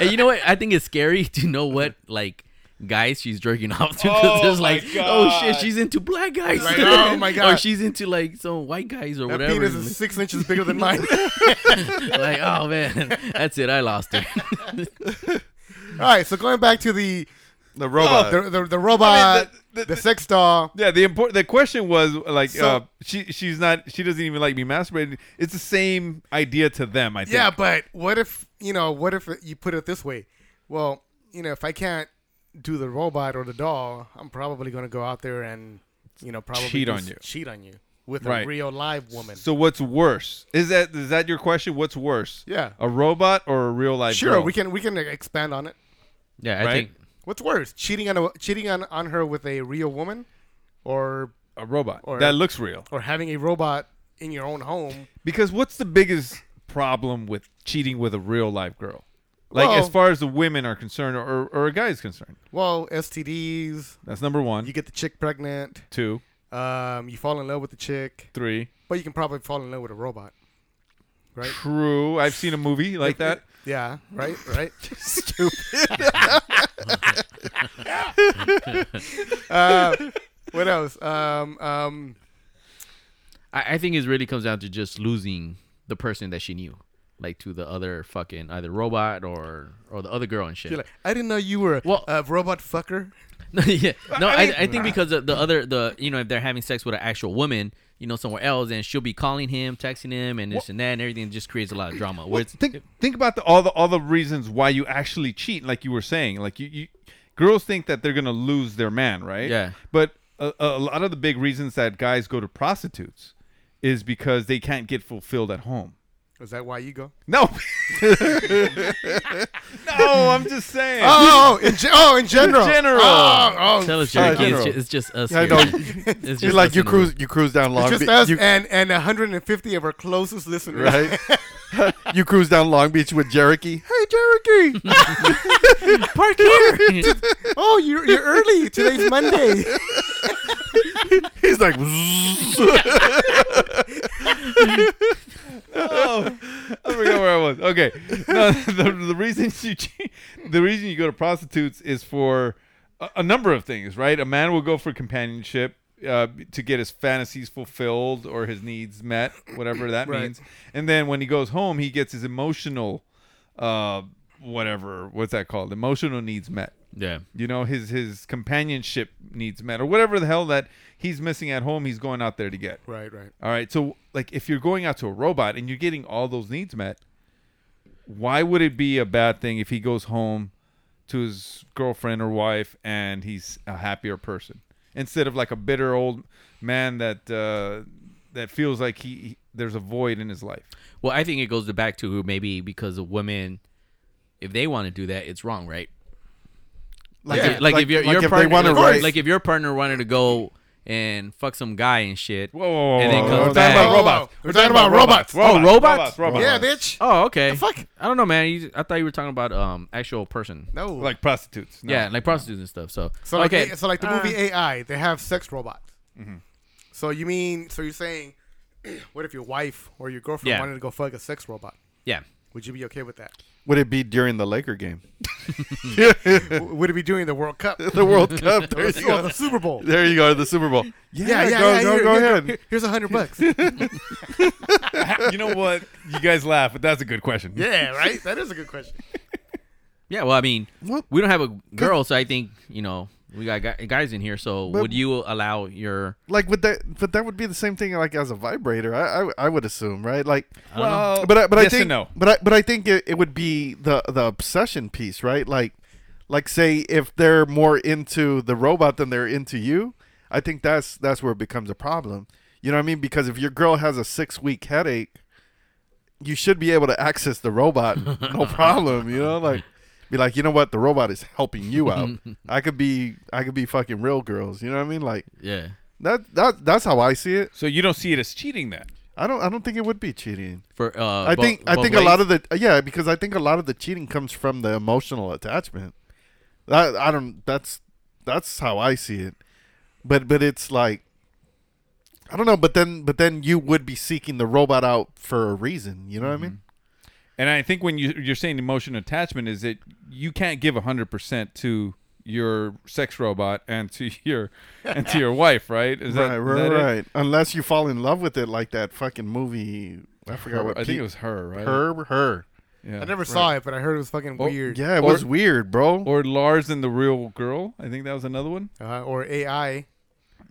Speaker 8: And you know what? I think it's scary to know what like guys she's jerking off to. 'cause
Speaker 6: Oh
Speaker 8: it's
Speaker 6: my
Speaker 8: like, oh
Speaker 6: God.
Speaker 8: shit, she's into black guys.
Speaker 5: Like, oh my
Speaker 8: Or
Speaker 5: God.
Speaker 8: she's into like some white guys or
Speaker 5: That
Speaker 8: whatever.
Speaker 5: penis is six inches bigger than mine.
Speaker 8: like, oh man, that's it. I lost her.
Speaker 5: All right, so going back to the
Speaker 7: the robot.
Speaker 6: Oh,
Speaker 5: the, the, the robot, the,
Speaker 6: Uh, the- the-
Speaker 5: sex doll.
Speaker 6: Yeah, the important the question was like
Speaker 5: So-
Speaker 6: uh, she she's not she doesn't even like me masturbating. It's the same idea to them, I think.
Speaker 5: Yeah, but what if you know? What if you put it this way? Well, you know, if I can't do the robot or the doll, I'm probably gonna go out there and you know probably
Speaker 6: Cheat
Speaker 5: do
Speaker 6: on
Speaker 5: s-
Speaker 6: you.
Speaker 5: cheat on you with a
Speaker 6: Right.
Speaker 5: real live woman.
Speaker 6: So what's worse? Is that is that your question? What's worse?
Speaker 5: Yeah.
Speaker 6: a robot or a real life?
Speaker 5: sure,
Speaker 6: girl?
Speaker 5: we can we can expand on it.
Speaker 8: Yeah, I
Speaker 6: Right?
Speaker 8: think.
Speaker 5: What's worse, cheating on a, cheating on, on her with a real woman, or
Speaker 6: a robot
Speaker 5: Or-
Speaker 6: that looks real.
Speaker 5: or having a robot in your own home?
Speaker 6: Because what's the biggest problem with cheating with a real life girl? Like
Speaker 5: Well-
Speaker 6: as far as the women are concerned, or or a guy is concerned.
Speaker 5: Well, STDs.
Speaker 6: That's number one,
Speaker 5: You get the chick pregnant.
Speaker 6: two,
Speaker 5: Um, you fall in love with the chick,
Speaker 6: three.
Speaker 5: but you can probably fall in love with a robot. Right.
Speaker 6: True. I've seen a movie like that.
Speaker 5: Yeah. Right. Right. Stupid. uh, what else? Um, um,
Speaker 8: I, I think it really comes down to just losing the person that she knew, like to the other fucking either robot or or the other girl and shit.
Speaker 5: you're like, I didn't know you were
Speaker 8: Well-
Speaker 5: a robot fucker.
Speaker 8: No, yeah. No, I, I think because of the other the you know if they're having sex with an actual woman, you know somewhere else, and she'll be calling him, texting him, and this and that, and everything just creates a lot of drama. Where
Speaker 6: Well,
Speaker 8: it's,
Speaker 6: think think about the, all the all the reasons why you actually cheat, like you were saying. Like you, you girls think that they're gonna lose their man, right?
Speaker 8: Yeah.
Speaker 6: But a, a lot of the big reasons that guys go to prostitutes is because they can't get fulfilled at home.
Speaker 5: Is that why you go?
Speaker 6: No. no, I'm just saying.
Speaker 5: Oh, in ge- oh, in general.
Speaker 6: general.
Speaker 5: Oh, oh,
Speaker 8: tell us,
Speaker 5: shit.
Speaker 8: Jerky, it's,
Speaker 7: general.
Speaker 8: ju- it's just us.
Speaker 7: I
Speaker 8: here.
Speaker 7: know.
Speaker 8: It's just
Speaker 7: You're like
Speaker 8: us
Speaker 7: you
Speaker 8: and
Speaker 7: cruise you cruise down Long
Speaker 5: Just
Speaker 7: Beach,
Speaker 5: us
Speaker 7: you-
Speaker 5: and, and 150 of our closest listeners.
Speaker 7: right? you cruise down Long Beach with Jerky.
Speaker 5: Hey, Jericho.
Speaker 8: Park here.
Speaker 5: oh, you're, you're early. Today's Monday.
Speaker 7: He's like, "Zzz."
Speaker 6: I forgot where I was. Okay, no, the, the reason you che- the reason you go to prostitutes is for a, a number of things, right? A man will go for companionship uh, to get his fantasies fulfilled or his needs met, whatever that
Speaker 5: Right.
Speaker 6: means. And then when he goes home, he gets his emotional, uh, whatever, what's that called? Emotional needs met.
Speaker 8: yeah.
Speaker 6: You know, his his companionship needs met, or whatever the hell that he's missing at home, he's going out there to get.
Speaker 5: Right, right.
Speaker 6: All right. So, like, if you're going out to a robot and you're getting all those needs met, why would it be a bad thing if he goes home to his girlfriend or wife and he's a happier person instead of like a bitter old man that uh, that feels like he, he there's a void in his life?
Speaker 8: Well, I think it goes back to maybe because of women, if they want to do that, it's wrong, right? Like,
Speaker 7: Yeah.
Speaker 8: if, like, if your,
Speaker 7: like
Speaker 8: your
Speaker 7: if they
Speaker 8: partner,
Speaker 7: wanna
Speaker 8: like,
Speaker 7: write-
Speaker 8: like if your partner wanted to go and fuck some guy and shit.
Speaker 6: Whoa, whoa, whoa,
Speaker 8: And then
Speaker 6: whoa,
Speaker 8: comes
Speaker 6: whoa, we're
Speaker 8: back.
Speaker 6: talking about
Speaker 5: Whoa, whoa,
Speaker 6: robots.
Speaker 5: whoa. We're talking about robots.
Speaker 8: Oh, robots?
Speaker 6: robots, robots.
Speaker 5: Yeah, bitch.
Speaker 8: Oh, okay.
Speaker 5: fuck?
Speaker 8: I don't know, man. You, I thought you were talking about um actual person.
Speaker 5: No.
Speaker 6: like prostitutes. No.
Speaker 8: Yeah, like prostitutes and stuff. So,
Speaker 5: so like,
Speaker 8: okay.
Speaker 7: eh,
Speaker 8: Uh,
Speaker 5: A- so like the movie AI, they have sex robots. So you mean so you're saying, what if your wife or your girlfriend
Speaker 8: Yeah.
Speaker 5: wanted to go fuck a sex robot?
Speaker 8: yeah.
Speaker 5: Would you be okay with that?
Speaker 7: would it be during the Laker game,
Speaker 5: W- Would it be doing the World Cup or
Speaker 7: the World Cup? There
Speaker 5: the,
Speaker 7: you go.
Speaker 5: Super Bowl?
Speaker 7: There you go, the Super Bowl.
Speaker 5: Yeah, yeah,
Speaker 7: go,
Speaker 5: yeah,
Speaker 7: go,
Speaker 5: here-
Speaker 7: go
Speaker 5: here-
Speaker 7: ahead.
Speaker 5: here- here's a hundred bucks.
Speaker 6: you know what? You guys laugh, but that's a good question.
Speaker 5: yeah, right. That is a good question.
Speaker 8: Yeah, well, I mean,
Speaker 7: What?
Speaker 8: we don't have a girl, so I think you know we got gu- guys in here. So
Speaker 7: But-
Speaker 8: would you allow your?
Speaker 7: Like, would that? But that would be the same thing, like as a vibrator. I, I, I would assume, right? Like,
Speaker 6: Well,
Speaker 7: but I, but
Speaker 6: Oh, yes
Speaker 7: I
Speaker 6: and
Speaker 7: think,
Speaker 6: no.
Speaker 7: but I, but I think it, it would be the the obsession piece, right? Like, like say if they're more into the robot than they're into you, I think that's that's where it becomes a problem. You know what I mean? Because if your girl has a six week headache, you should be able to access the robot, no problem. You know, like. Be like, you know what? The robot is helping you out. I could be, I could be fucking real girls. You know what I mean? Like,
Speaker 8: Yeah.
Speaker 7: that that that's how I see it.
Speaker 6: So you don't see it as cheating then?
Speaker 7: I don't I don't think it would be cheating.
Speaker 8: For uh,
Speaker 7: I think I think a lot of the yeah because I think a lot of the cheating comes from the emotional attachment. That I don't that's that's how I see it. But but it's like I don't know. But then but then you would be seeking the robot out for a reason. You know what I mean?
Speaker 6: And I think when you you're saying emotional attachment is that you can't give hundred percent to your sex robot and to your and to your wife, right? Mm-hmm. Is
Speaker 7: right
Speaker 6: is it?
Speaker 7: right right. Unless you fall in love with it like that fucking movie. I forgot what
Speaker 6: I think
Speaker 7: Pe-
Speaker 6: it was her, right?
Speaker 7: her her.
Speaker 6: Yeah.
Speaker 5: I never saw it, but I heard it was fucking
Speaker 6: Well,
Speaker 5: weird.
Speaker 7: Yeah, it
Speaker 6: Or-
Speaker 7: was weird, bro.
Speaker 6: Or Lars and the Real Girl. I think that was another one.
Speaker 5: Uh, or AI,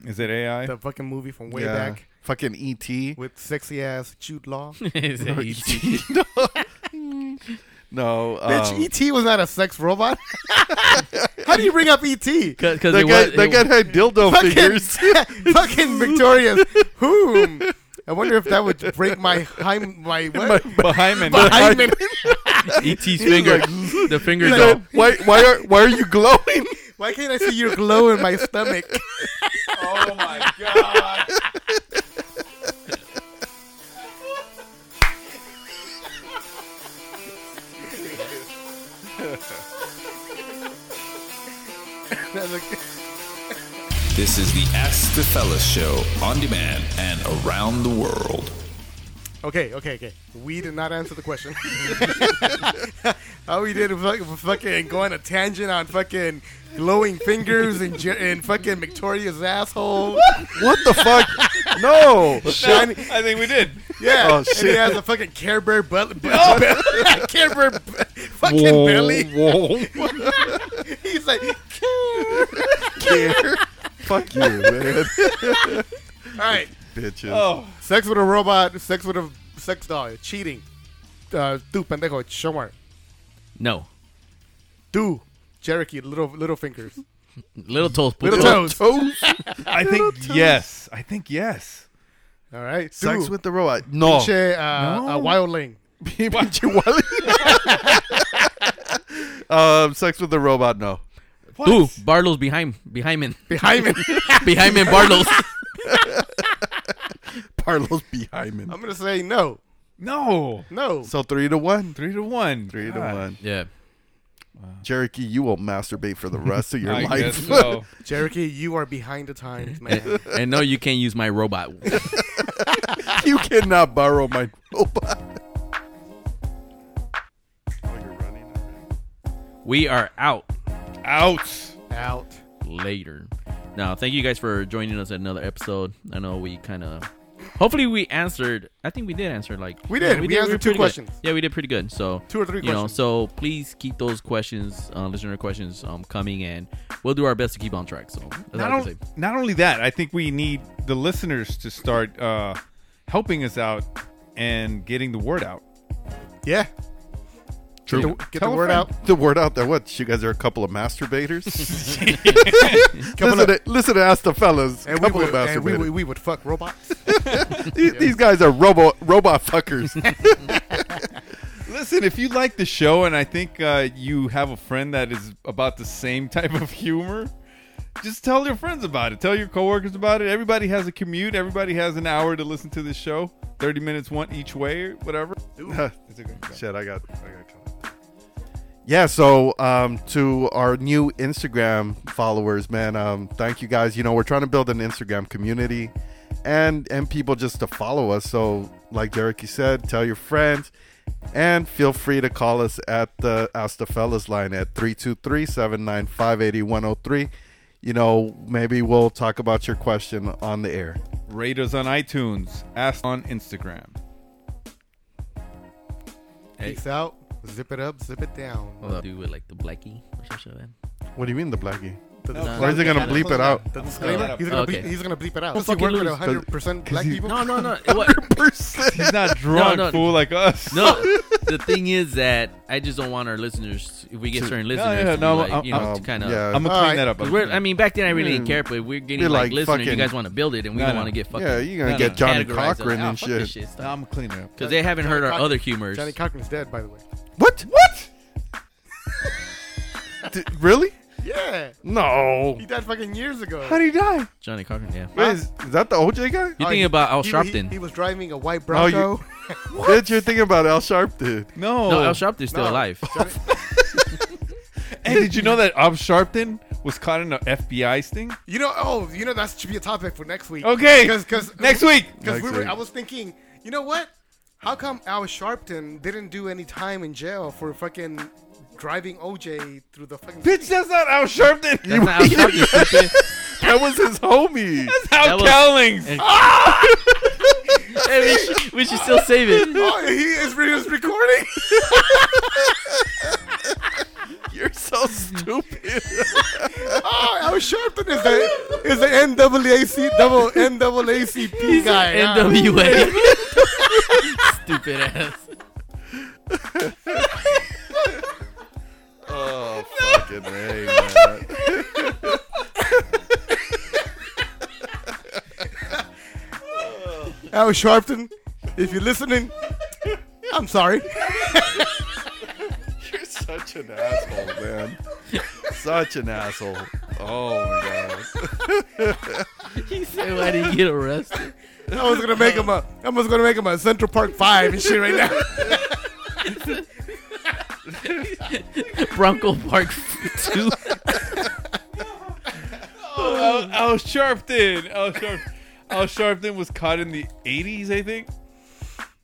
Speaker 6: Is it AI?
Speaker 5: the fucking movie from way
Speaker 7: Yeah. Um,
Speaker 5: back
Speaker 7: Fucking E E.T.
Speaker 5: with sexy ass Jude Law.
Speaker 8: E the
Speaker 7: No, um,
Speaker 5: Bitch, ET was not a sex robot. How do you bring up E ET?
Speaker 8: because
Speaker 7: They
Speaker 8: it
Speaker 7: got
Speaker 8: was
Speaker 7: they
Speaker 8: it,
Speaker 7: got had dildo
Speaker 5: Fucking,
Speaker 7: figures.
Speaker 5: fucking Victoria's whom? I wonder if that would break my hym- my what?
Speaker 6: Behind and
Speaker 5: hymen.
Speaker 8: ET's E finger, the finger
Speaker 7: So
Speaker 8: dome.
Speaker 7: why why are why are you glowing?
Speaker 5: Why can't I see your glow in my stomach?
Speaker 6: Oh my god.
Speaker 5: That look-
Speaker 1: This is the Ask the Fellas show on demand and around the world.
Speaker 5: okay, okay, okay. We did not answer the question. All we did was fuck- was fucking go on a tangent on fucking glowing fingers and, ge- and fucking Victoria's asshole.
Speaker 7: What the fuck? No.
Speaker 5: Shiny,
Speaker 6: I think we did.
Speaker 5: Yeah.
Speaker 7: Oh,
Speaker 5: And
Speaker 7: shit.
Speaker 5: he has a fucking Care Bear butt. Care Bear bu- fucking belly. He's like, "Care."
Speaker 7: Fuck you, man.
Speaker 5: all right.
Speaker 7: Bitches.
Speaker 5: Oh. Sex with a robot, sex with a sex doll, cheating. Uh, tu pendejo, Shomar.
Speaker 8: No,
Speaker 5: Tu, Cherokee, little little fingers,
Speaker 8: little toes,
Speaker 5: little
Speaker 8: puto.
Speaker 5: toes. toes.
Speaker 6: I think yes. I think yes.
Speaker 5: All right. Tu,
Speaker 7: Sex with the robot. No.
Speaker 5: che, uh,
Speaker 6: No.
Speaker 5: a wildling.
Speaker 7: Pinche Wally. um, sex with the robot. No.
Speaker 8: Ooh, Barlow's behind, behind him,
Speaker 5: Behind me.
Speaker 8: behind him, Barlow's.
Speaker 7: Parlo's behind me.
Speaker 5: I'm gonna say no,
Speaker 6: No.
Speaker 5: no.
Speaker 7: So three to one.
Speaker 6: Three to one.
Speaker 7: Three to
Speaker 6: God.
Speaker 7: one.
Speaker 8: Yeah,
Speaker 7: Cherokee, you will masturbate for the rest of your
Speaker 6: I
Speaker 7: life.
Speaker 6: guess so.
Speaker 5: Cherokee, you are behind the times, man.
Speaker 8: and, and no, you can't use my robot.
Speaker 7: you cannot borrow my robot.
Speaker 8: We are out.
Speaker 6: Out.
Speaker 5: Out.
Speaker 8: later. Now, thank you guys for joining us at another episode. I know we kind of, hopefully, we answered. I think we did answer like
Speaker 5: We did. We answered two
Speaker 8: were pretty good.
Speaker 5: questions.
Speaker 8: Yeah, we did pretty good. So
Speaker 5: Two or three
Speaker 8: You know,
Speaker 5: questions.
Speaker 8: so please keep those questions, uh, listener questions, um, coming, and we'll do our best to keep on track. So that's all I
Speaker 6: not,
Speaker 8: can
Speaker 6: on-
Speaker 8: say.
Speaker 6: not only that, I think we need the listeners to start uh, helping us out and getting the word out.
Speaker 5: Yeah. True. Get the, get the
Speaker 6: Tell a
Speaker 5: word
Speaker 6: friend.
Speaker 5: out.
Speaker 7: The word out there, what? You guys are a couple of masturbators? listen, to, listen to Ask the Fellas.
Speaker 5: And we
Speaker 7: couple
Speaker 5: would,
Speaker 7: of
Speaker 5: and we,
Speaker 7: masturbators.
Speaker 5: would, we would fuck robots.
Speaker 7: These, these guys are robo, robot fuckers.
Speaker 6: Listen, if you like the show and I think uh, you have a friend that is about the same type of humor, just tell your friends about it. Tell your coworkers about it. Everybody has a commute. Everybody has an hour to listen to this show. 30 minutes one each way or whatever. It's a good show.
Speaker 7: Shit, I got, I got caught. Yeah, so um, to our new Instagram followers, man, um, thank you guys. You know, we're trying to build an Instagram community, and and people just to follow us. So, like Jericho said, tell your friends, and feel free to call us at the Ask the Fellas line at 323-795-8103. You know, maybe we'll talk about your question on the air.
Speaker 6: Rate us on iTunes. Ask on Instagram.
Speaker 5: Peace out.
Speaker 10: Zip it up, zip it down.
Speaker 8: What do with like the blackie or some shit like that?
Speaker 7: What do you mean the blackie?
Speaker 10: The
Speaker 8: No.
Speaker 7: Or is he gonna bleep it out?
Speaker 10: The
Speaker 6: uh,
Speaker 10: disclaimer. He's
Speaker 8: Oh,
Speaker 10: gonna,
Speaker 8: okay.
Speaker 10: bleep, he's gonna bleep it out.
Speaker 5: Does he work with
Speaker 8: Lose.
Speaker 5: 100% black people?
Speaker 8: No, no, no. It wa-
Speaker 6: He's not drunk,
Speaker 8: no.
Speaker 6: fool, like us.
Speaker 8: no, the thing is that I just don't want our listeners. If we get certain listeners,
Speaker 6: yeah,
Speaker 8: to be
Speaker 6: no,
Speaker 8: like,
Speaker 6: I'm-
Speaker 8: you know,
Speaker 6: I'm-
Speaker 8: to kind of.
Speaker 7: yeah,
Speaker 6: I'm gonna clean
Speaker 5: Alright.
Speaker 6: that up.
Speaker 8: Cause we're, I mean, back then I really didn't care, but we're getting
Speaker 7: You're like
Speaker 8: like, listeners. You
Speaker 7: fucking-
Speaker 8: guys want to build it, and we
Speaker 6: No,
Speaker 8: don't
Speaker 6: no.
Speaker 8: want to get fucking "Ah,
Speaker 7: yeah, you're gonna
Speaker 6: No,
Speaker 7: get
Speaker 6: no.
Speaker 7: Johnny Cochran and shit.
Speaker 6: I'm gonna clean it up.
Speaker 8: Because they haven't heard our
Speaker 5: Cochran.
Speaker 8: other humors.
Speaker 5: Johnny Cochran's dead, by the way.
Speaker 7: What? What? D- really?
Speaker 5: Yeah,
Speaker 7: No.
Speaker 5: he died fucking years ago.
Speaker 7: How did he die?
Speaker 8: Johnny Cochran, yeah.
Speaker 7: Wait, is, is that the OJ guy?
Speaker 8: You think about Al
Speaker 5: He-
Speaker 8: Sharpton?
Speaker 5: He, he was driving a white
Speaker 7: Oh, you-
Speaker 5: Bronco.
Speaker 7: Bitch, you're thinking about Al Sharpton.
Speaker 6: No.
Speaker 8: no, Al Sharpton's still alive.
Speaker 6: Hey, did you know that Al Sharpton was caught in an FBI sting?
Speaker 5: You know, oh, you know that should be a topic for next week.
Speaker 6: Okay,
Speaker 5: because because
Speaker 6: next week.
Speaker 5: because we
Speaker 7: Next
Speaker 5: were,
Speaker 7: week.
Speaker 5: I was thinking, you know what? How come Al Sharpton didn't do any time in jail for fucking driving OJ through the fucking?
Speaker 6: Bitch, that's not Al Sharpton.
Speaker 8: That's not Al Sharpton, stupid.
Speaker 7: That was his homie.
Speaker 6: That's Al
Speaker 8: That was-
Speaker 6: Cowlings.
Speaker 8: Hey, we, should, we should still save it.
Speaker 5: Oh, he is he was recording.
Speaker 7: You're so stupid.
Speaker 5: Oh, Al Sharpton is the is the NAAC double NAACP guy. yeah.
Speaker 8: NWA. Stupid ass.
Speaker 7: oh, fucking hey, man.
Speaker 5: Al Sharpton, if you're listening, I'm sorry.
Speaker 7: You're such an asshole, man. Such an asshole. Oh my god.
Speaker 8: He said, "Why did he get arrested?"
Speaker 5: I was gonna make him a I was gonna make him a Central Park Five and shit right now.
Speaker 8: Bronco Park Two.
Speaker 6: Al, Al Sharpton. Al Sharpton. Al Sharpton was caught in the 80s, I think,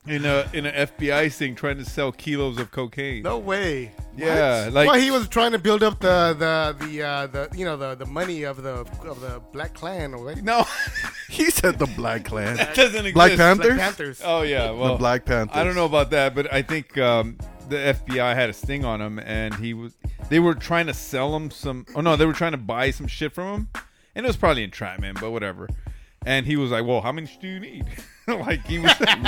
Speaker 6: in a in an FBI sting trying to sell kilos of cocaine.
Speaker 5: No way.
Speaker 6: Yeah,
Speaker 5: What?
Speaker 6: like-
Speaker 5: well, he was trying to build up the the the uh, the you know the the money of the of the Black Clan or like
Speaker 6: No,
Speaker 7: He said the Black Clan.
Speaker 6: doesn't exist.
Speaker 7: Black Panther?
Speaker 5: Black Panthers.
Speaker 6: Oh yeah, well,
Speaker 7: Black Panthers.
Speaker 6: I don't know about that, but I think um, the FBI had a sting on him, and he was. They were trying to sell him some. Oh no, they were trying to buy some shit from him, and it was probably entrapment, but whatever. And he was like, "Well, how much do you need?" like he was, and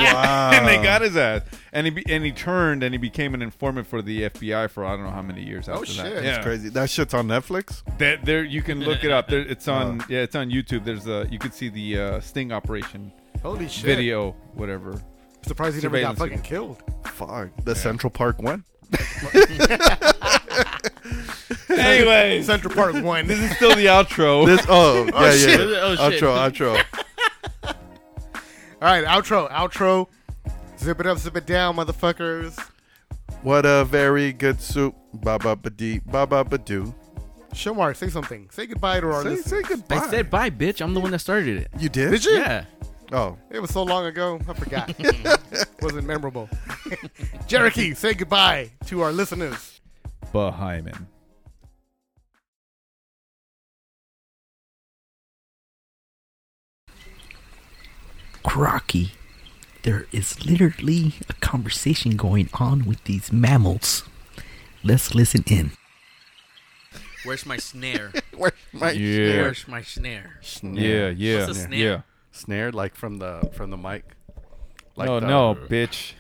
Speaker 6: they got his ass. And he be, and he turned and he became an informant for the FBI for I don't know how many years after
Speaker 5: Oh, shit.
Speaker 6: that.
Speaker 5: That's
Speaker 6: Yeah,
Speaker 7: It's crazy. That shit's on Netflix.
Speaker 6: That, there you can look it up. There, it's on yeah, it's on YouTube. There's a you could see the uh, sting operation
Speaker 5: Holy shit!
Speaker 6: video, whatever.
Speaker 5: Surprised he never got
Speaker 6: Surveillance
Speaker 5: fucking
Speaker 6: video.
Speaker 5: killed.
Speaker 7: Fuck. The Central Park one.
Speaker 6: Anyways,
Speaker 5: Central Park One.
Speaker 6: This is still the outro.
Speaker 7: This oh, yeah, yeah.
Speaker 8: Oh, shit.
Speaker 7: Outro, outro.
Speaker 5: All right, outro, outro. Zip it up, zip it down, motherfuckers.
Speaker 7: What a very good soup. Ba ba ba dee ba ba ba doo.
Speaker 5: Shomar, say something. Say goodbye to our
Speaker 7: Say,
Speaker 5: listeners.
Speaker 7: say goodbye.
Speaker 8: I said, "Bye, bitch." I'm the one that started it.
Speaker 7: Oh, you did?
Speaker 5: Did you?
Speaker 8: Yeah.
Speaker 7: Oh.
Speaker 5: It was so long ago, I forgot. Wasn't memorable. Cherokee, say goodbye to our listeners.
Speaker 6: Bahyman.
Speaker 11: Crocky, there is literally a conversation going on with these mammals. Let's listen in.
Speaker 8: Where's my snare?
Speaker 7: Where's my
Speaker 6: Yeah.
Speaker 8: Where's my snare?
Speaker 6: Yeah,
Speaker 7: snare?
Speaker 6: yeah,
Speaker 8: What's a snare?
Speaker 6: yeah.
Speaker 7: Snare like from the from the mic. Like
Speaker 6: no,
Speaker 7: the-
Speaker 6: no, bitch.